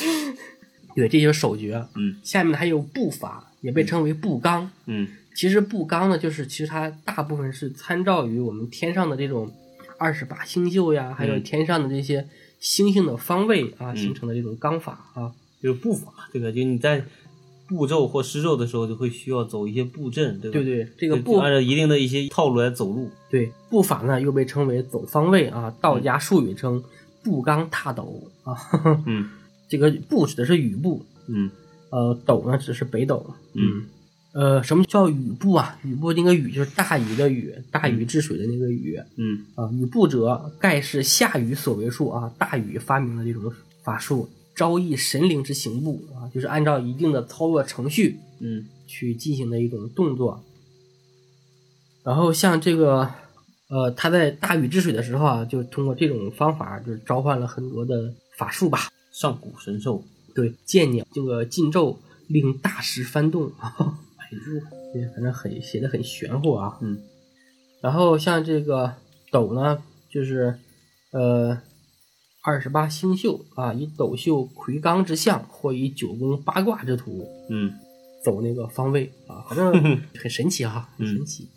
A: 对，这就是手诀。啊
B: 嗯，
A: 下面还有步法，也被称为步罡。
B: 嗯
A: 其实步罡呢，就是其实它大部分是参照于我们天上的这种二十八星宿呀，还有
B: 嗯
A: 天上的这些星星的方位啊、形成的这种罡法啊。
B: 就是步法，对吧？就你在步骤或施咒的时候，就会需要走一些步阵，对吧？
A: 对对，这
B: 这
A: 个步
B: 按照一定的一些套路来走路。
A: 对步法呢，又被称为走方位啊，道家术语称步罡踏斗啊。
B: 嗯
A: 这个步指的是雨步，
B: 嗯
A: 呃，斗呢指的是北斗。
B: 嗯，
A: 呃，什么叫雨步啊？雨步那个雨就是大禹的禹，大禹治水的那个禹。
B: 嗯
A: 啊，禹步者，盖是夏禹所为术啊，大禹发明的这种法术，昭义神灵之行步啊，就是按照一定的操作程序
B: 嗯
A: 去进行的一种动作。然后像这个呃，他在大禹治水的时候啊，就通过这种方法，就是召唤了很多的法术吧，
B: 上古神兽，
A: 对，剑鸟这个禁咒令大石翻动， 哎呦，这反正很写的很玄乎啊。
B: 嗯，
A: 然后像这个斗呢，就是呃二十八星宿啊，以斗宿魁罡之象，或以九宫八卦之图
B: 嗯
A: 走那个方位啊，反正很神奇哈、很神奇。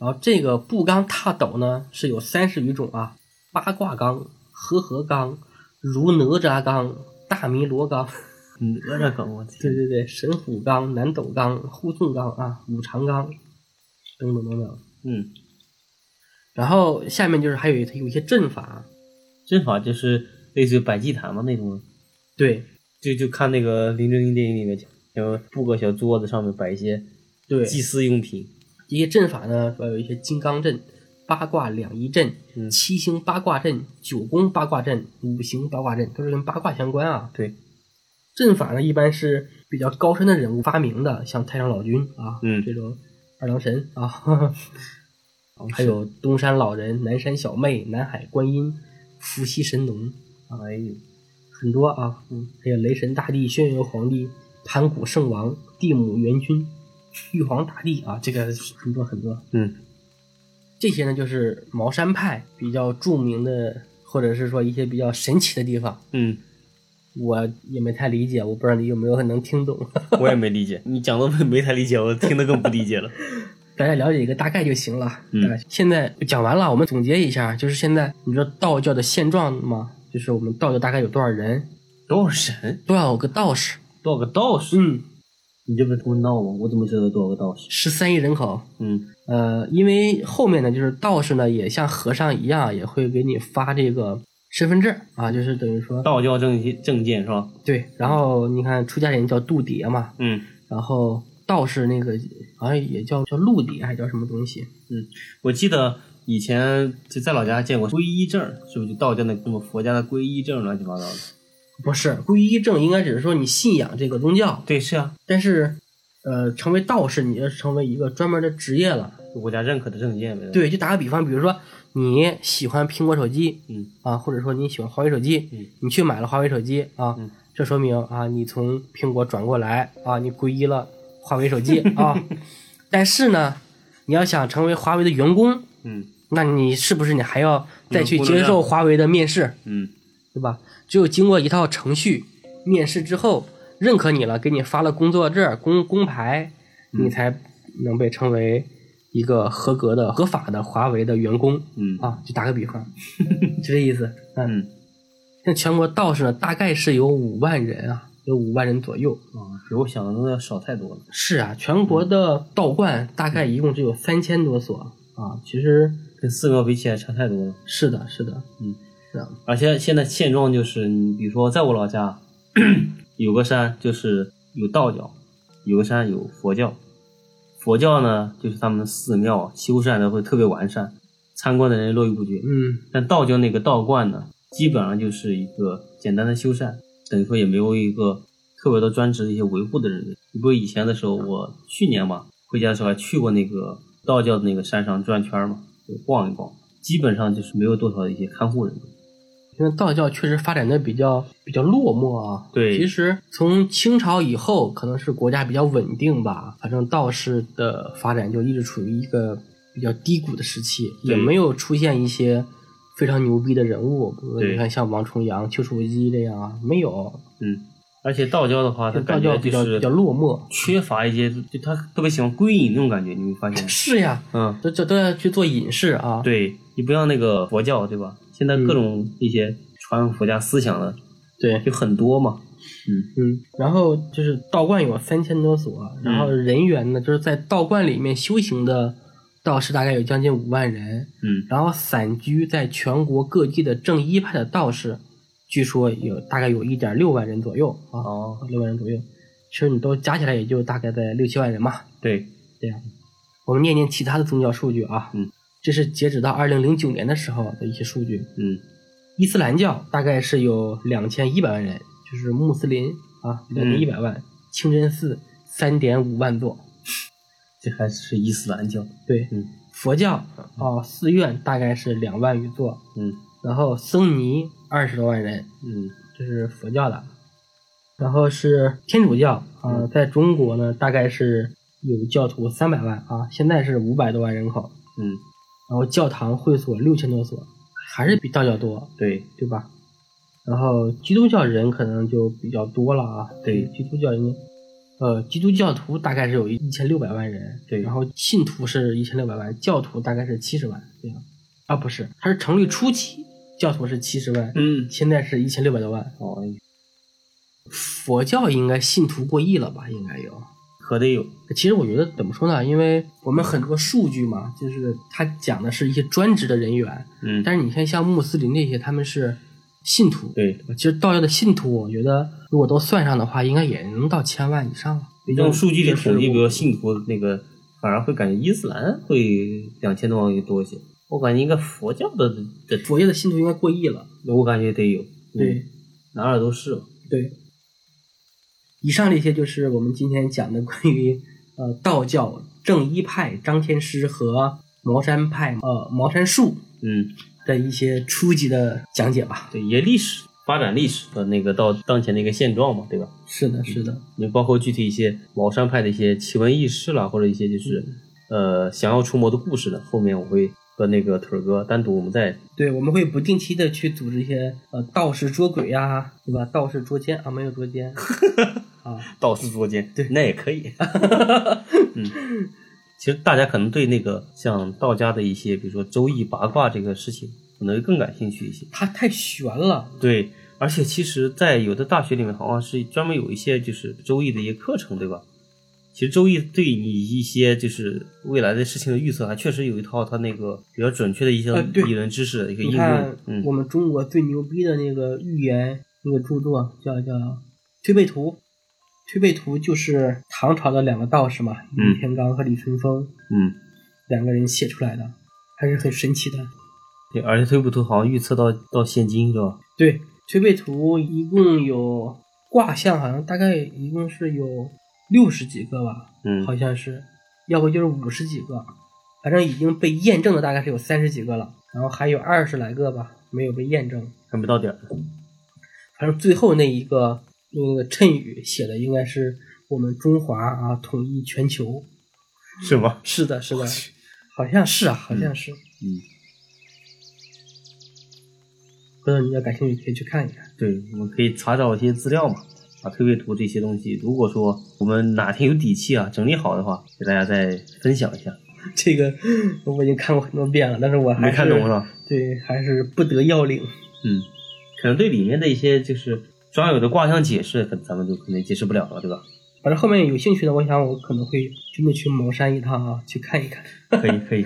A: 然后这个步罡踏斗呢是有三十余种啊，八卦罡、和合罡、如哪吒罡、大弥罗罡。
B: 哪吒罡，我
A: 嗯对
B: 天，
A: 对对，神虎纲、南斗纲、呼纵纲啊、五常纲等等等等。
B: 嗯，
A: 然后下面就是还有一有一些阵法，啊
B: 阵法就是类似于摆祭坛嘛那种，
A: 对
B: 就就看那个《林正英》电影里面，就布个小桌子，上面摆一些
A: 对，
B: 祭祀用品，
A: 这些阵法呢，主要有一些金刚阵、八卦两仪阵、
B: 嗯
A: 七星八卦阵、九宫八卦阵、五行八卦阵，都是跟八卦相关啊。
B: 对，
A: 阵法呢，一般是比较高深的人物发明的，像太上老君啊，
B: 嗯
A: 这种二郎神啊， 呵呵还有东山老人、南山小妹、南海观音、伏羲神农，啊
B: 哎呦，
A: 很多啊，嗯，还有雷神大帝、轩辕皇帝、盘古圣王、地母元君、玉皇大帝啊，这个很多很多。
B: 嗯
A: 这些呢，就是茅山派比较著名的，或者是说一些比较神奇的地方，
B: 嗯，
A: 我也没太理解，我不知道你有没有能听懂。
B: 我也没理解， 你讲的没没太理解，我听得更不理解了。
A: 大家了解一个大概就行了。
B: 嗯
A: 大概现在呃讲完了，我们总结一下，就是现在你知道道教的现状吗？就是我们道教大概有多少人，
B: 多少神，
A: 多少个道士？
B: 多少个道士？
A: 嗯，
B: 你这不是问道吗？我怎么知道多少个道士？
A: 十三亿人口。
B: 嗯
A: 呃，因为后面呢，就是道士呢，也像和尚一样，也会给你发这个身份证啊，就是等于说，
B: 道教证证件是吧？
A: 对。然后你看出家人叫度牒嘛，
B: 嗯，
A: 然后道士那个好像也叫叫陆牒，还叫什么东西？
B: 我记得以前就在老家见过皈依证，是不是就道教那什么佛家的皈依证，乱七八糟的？
A: 不是皈依证，应该只是说你信仰这个宗教，
B: 对，是啊，
A: 但是，呃，成为道士，你就成为一个专门的职业了。
B: 国家认可的证件呗。，
A: 对，就打个比方，比如说你喜欢苹果手机
B: 嗯
A: 啊，或者说你喜欢华为手机，
B: 嗯
A: 你去买了华为手机啊，
B: 嗯
A: 这说明啊，你从苹果转过来啊，你皈依了华为手 机啊。但是呢，你要想成为华为的员工，
B: 嗯
A: 那你是不是你还要再去
B: 嗯不能
A: 接
B: 让
A: 受华为的面试？
B: 嗯
A: 对吧？只有经过一套程序面试之后，认可你了，给你发了工作证、工工牌，你才能被称为一个合格的、合法的华为的员工
B: 嗯
A: 啊。就打个比方，就这意思。嗯，
B: 嗯，
A: 那全国道士呢，大概是有五万人啊，有五万人左右。
B: 啊，比我想的那要少太多了。
A: 是啊，全国的道观大概一共只有三千多所啊。其实
B: 跟寺庙比起来差太多了，
A: 是的，是的，
B: 嗯，
A: 是啊，
B: 而且现在现状就是，你比如说在我老家，有个山就是有道教，有个山有佛教，佛教呢就是他们的寺庙啊修缮的会特别完善，参观的人络绎不绝。
A: 嗯，
B: 但道教那个道观呢，基本上就是一个简单的修缮，等于说也没有一个特别的专职的一些维护的人员。你不是以前的时候，我去年吧回家的时候还去过那个道教的那个山上转圈儿嘛，就逛一逛，基本上就是没有多少一些看护人员。
A: 因为道教确实发展的比较比较落寞啊。
B: 对
A: 其实从清朝以后，可能是国家比较稳定吧，反正道士的发展就一直处于一个比较低谷的时期，
B: 对
A: 也没有出现一些非常牛逼的人物，比如说
B: 对
A: 你看像王重阳、丘处机这样啊，没有。
B: 嗯，而且道教的话，他
A: 道
B: 感
A: 教
B: 觉
A: 比
B: 就
A: 较
B: 是
A: 比较落寞。
B: 缺乏一些，就他特别喜欢归隐那种感觉，你没发现 吗？
A: 是呀，
B: 嗯，
A: 这这都要去做隐士啊。
B: 对你不像那个佛教，对吧？
A: 嗯
B: 现在各种一些传佛家思想的
A: 对，
B: 有很多嘛。
A: 嗯，然后就是道观有三千多所，然后人员呢，就是在道观里面修行的道士大概有将近五万人，
B: 嗯
A: 然后散居在全国各地的正一派的道士，据说有大概有一点六万人左右啊，
B: 哦，
A: 六万人左右，其实你都加起来也就大概在六七万人嘛，
B: 对，
A: 这样。我们念念其他的宗教数据啊，
B: 嗯，
A: 这是截止到二零零九年的时候的一些数据，
B: 嗯
A: 伊斯兰教大概是有两千一百万人，就是
B: 嗯
A: 穆斯林啊，两千一百万。清真寺三点五万座，
B: 这还是伊斯兰教。
A: 对，
B: 嗯
A: 佛教啊、寺院大概是两万余座，
B: 嗯
A: 然后僧尼二十多万人，
B: 嗯
A: 这是佛教的。然后是天主教啊、
B: 嗯
A: 在中国呢大概是有教徒三百万啊，现在是五百多万人口，
B: 嗯，
A: 然后教堂会所六千多所，还是比道教多，
B: 对，
A: 对吧？然后基督教人可能就比较多了啊，
B: 对
A: 基督教应该，呃，基督教徒大概是有一千六百万人，
B: 对
A: 然后信徒是一千六百万，教徒大概是七十万，这样，啊，不是，它是成立初期，教徒是七十万，
B: 嗯，
A: 现在是一千六百多万，
B: 哦，
A: 佛教应该信徒过亿了吧？应该有，
B: 可得有，
A: 其实我觉得怎么说呢？因为我们很多数据嘛，就是它讲的是一些专职的人员，
B: 嗯，
A: 但是你看像穆斯林这些，他们是信徒，
B: 对，
A: 其实道教的信徒，我觉得如果都算上的话，应该也能到千万以上了。毕竟
B: 用数据里统计，
A: 这
B: 比
A: 是
B: 如
A: 我
B: 信徒那个，反而会感觉伊斯兰会两千多万个多一些。我感觉应该佛教的的，
A: 佛教的信徒应该过亿了。
B: 我感觉得有，
A: 对
B: 嗯，哪哪都是吧。
A: 对，以上这些就是我们今天讲的关于呃道教正一派张天师和茅山派呃茅山术
B: 嗯，
A: 的一些初级的讲解吧。
B: 对，也历史发展历史的那个到当前的一个现状嘛，对吧？
A: 是的，是的，
B: 你包括具体一些茅山派的一些奇闻异事啦，或者一些就是、呃想要出没的故事呢，后面我会和那个腿儿哥单独我们 再
A: 对，我们会不定期的去组织一些呃道士捉鬼呀、对吧？道士捉奸啊，没有捉奸啊，
B: 道士捉奸，对，那也可以。 嗯，其实大家可能对那个像道家的一些，比如说周易八卦这个事情，可能会更感兴趣一些。
A: 它太悬了。
B: 对，而且其实，在有的大学里面，好像是专门有一些就是周易的一些课程，对吧？其实周易对你一些就是未来的事情的预测，还确实有一套它那个比较准确的一些
A: 呃对
B: 理论知识的一个应
A: 你
B: 用。
A: 看，
B: 嗯
A: 我，们中国最牛逼的那个寓言那个著作叫叫《推背图》，《推背图》就是唐朝的两个道士嘛，
B: 嗯
A: 李天罡和李淳风
B: 嗯，
A: 两个人写出来的，还是很神奇的。
B: 对，而且推普图好像预测到到现今，是吧？
A: 对，推背图一共有卦象，好像大概一共是有六十几个吧，
B: 嗯，
A: 好像是，要不就是五十几个，反正已经被验证的大概是有三十几个了，然后还有二十来个吧没有被验证。
B: 还没到点儿。
A: 反正最后那一个那个谶语写的应该是我们中华啊统一全球。
B: 是吗？
A: 是的，是的，好像是啊，好像是。
B: 嗯，
A: 不知道你要感兴趣可以去看一看。
B: 对，我们可以查找一些资料嘛，把推背图这些东西，如果说我们哪天有底气啊，整理好的话，给大家再分享一下。
A: 这个我已经看过很多遍了，但是我还
B: 没
A: 是
B: 看懂是吧？
A: 对，还是不得要领。
B: 嗯，可能对里面的一些就是专有的卦象解释，可能咱们就可能解释不了了，对 吧？
A: 反正后面有兴趣的，我想我可能会真的去茅山一趟啊，去看一看。
B: 可以，可以，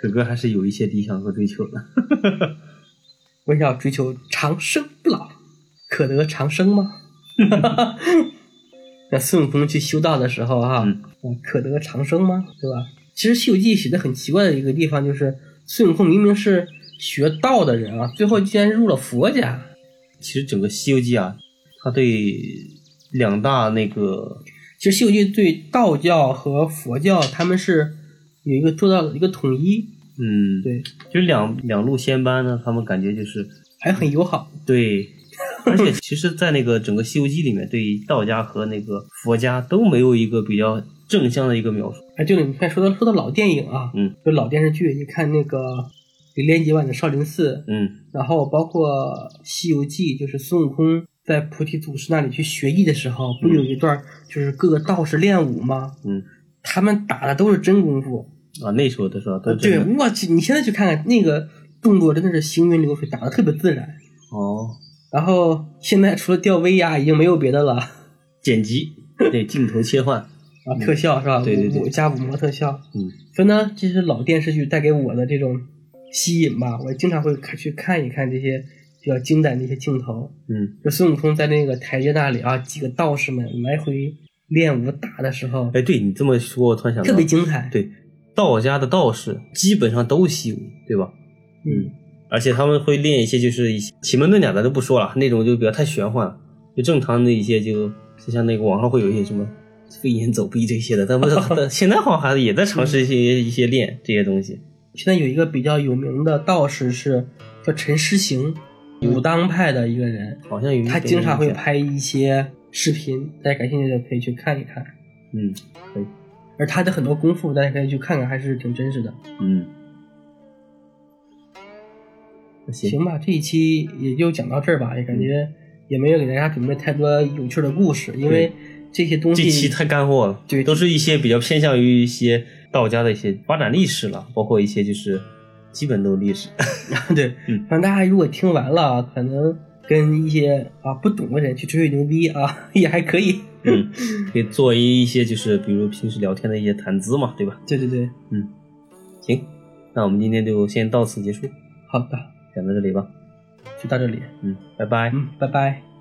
B: 可哥还是有一些理想和追求的。
A: 我想追求长生不老，可得长生吗？ 那孙悟空去修道的时候哈、
B: 嗯
A: 可得长生吗？对吧？其实《西游记》写的很奇怪的一个地方就是，孙悟空明明是学道的人啊，最后居然入了佛家。
B: 其实整个《西游记》啊，它对两大那个
A: 其实《西游记》对道教和佛教他们是有一个做到了一个统一，
B: 嗯，
A: 对，
B: 就两两路仙班呢，他们感觉就是
A: 还很友好。
B: 对，而且其实，在那个整个《西游记》里面，对道家和那个佛家都没有一个比较正向的一个描述。
A: 哎，对了，你看说到说到老电影啊，
B: 嗯，
A: 就老电视剧，你看那个李连杰版的《少林寺》，
B: 嗯
A: 然后包括《西游记》，就是孙悟空在菩提祖师那里去学艺的时候，不有一段就是各个道士练武吗？
B: 嗯，
A: 他们打的都是真功夫。
B: 啊，那时候的时候，都
A: 对，
B: 真的
A: 我去，你现在去看看那个动作，真的是行云流水，打的特别自然。
B: 哦，
A: 然后现在除了吊威亚，已经没有别的了啊，
B: 剪 辑对镜头切换，
A: 特效是吧？
B: 嗯对对对
A: 五加五魔特效。
B: 嗯，
A: 所以呢，这是老电视剧带给我的这种吸引吧。我经常会看去看一看这些比较精彩的一些镜头。
B: 嗯，
A: 就孙悟空在那个台阶那里啊，几个道士们来回练武打的时候，
B: 哎，对你这么说，我突然想到，
A: 特别精彩。，
B: 对道家的道士基本上都习武，对吧？
A: 嗯，
B: 而且他们会练一些就是一些奇门遁甲咱就不说了，那种就比较太玄幻了，就正常的一些就就像那个网上会有一些什么飞檐走壁这些的，但不是， 但现在好像还也在尝试一
A: 嗯
B: 些一些练这些东西。
A: 现在有一个比较有名的道士是叫陈师行，武当派的一个人，
B: 好像有一
A: 他
B: 点
A: 经常会
B: 印象，
A: 拍一些视频，大家感兴趣的可以去看一看。
B: 嗯
A: 而他的很多功夫，大家可以去看看，还是挺真实的。
B: 嗯。那行，嗯
A: 行吧，这一期也就讲到这儿吧，也感觉也没有给大家准备太多有趣的故事，因为这些东
B: 这期
A: 西
B: 太干货了，
A: 对
B: 都是一些比较偏向于一些道家的一些发展历史了，包括一些就是基本都历史。
A: 对
B: 嗯，
A: 反正大家如果听完了，啊可能跟一些啊不懂的人去吹吹牛逼啊， 也还可以。
B: 嗯，可以作为一些就是比如平时聊天的一些谈资嘛，对吧？
A: 对对对，
B: 行，那我们今天就先到此结束，
A: 好的，
B: 讲到这里吧。
A: 就到这里，
B: 嗯，拜拜。
A: 嗯，拜拜。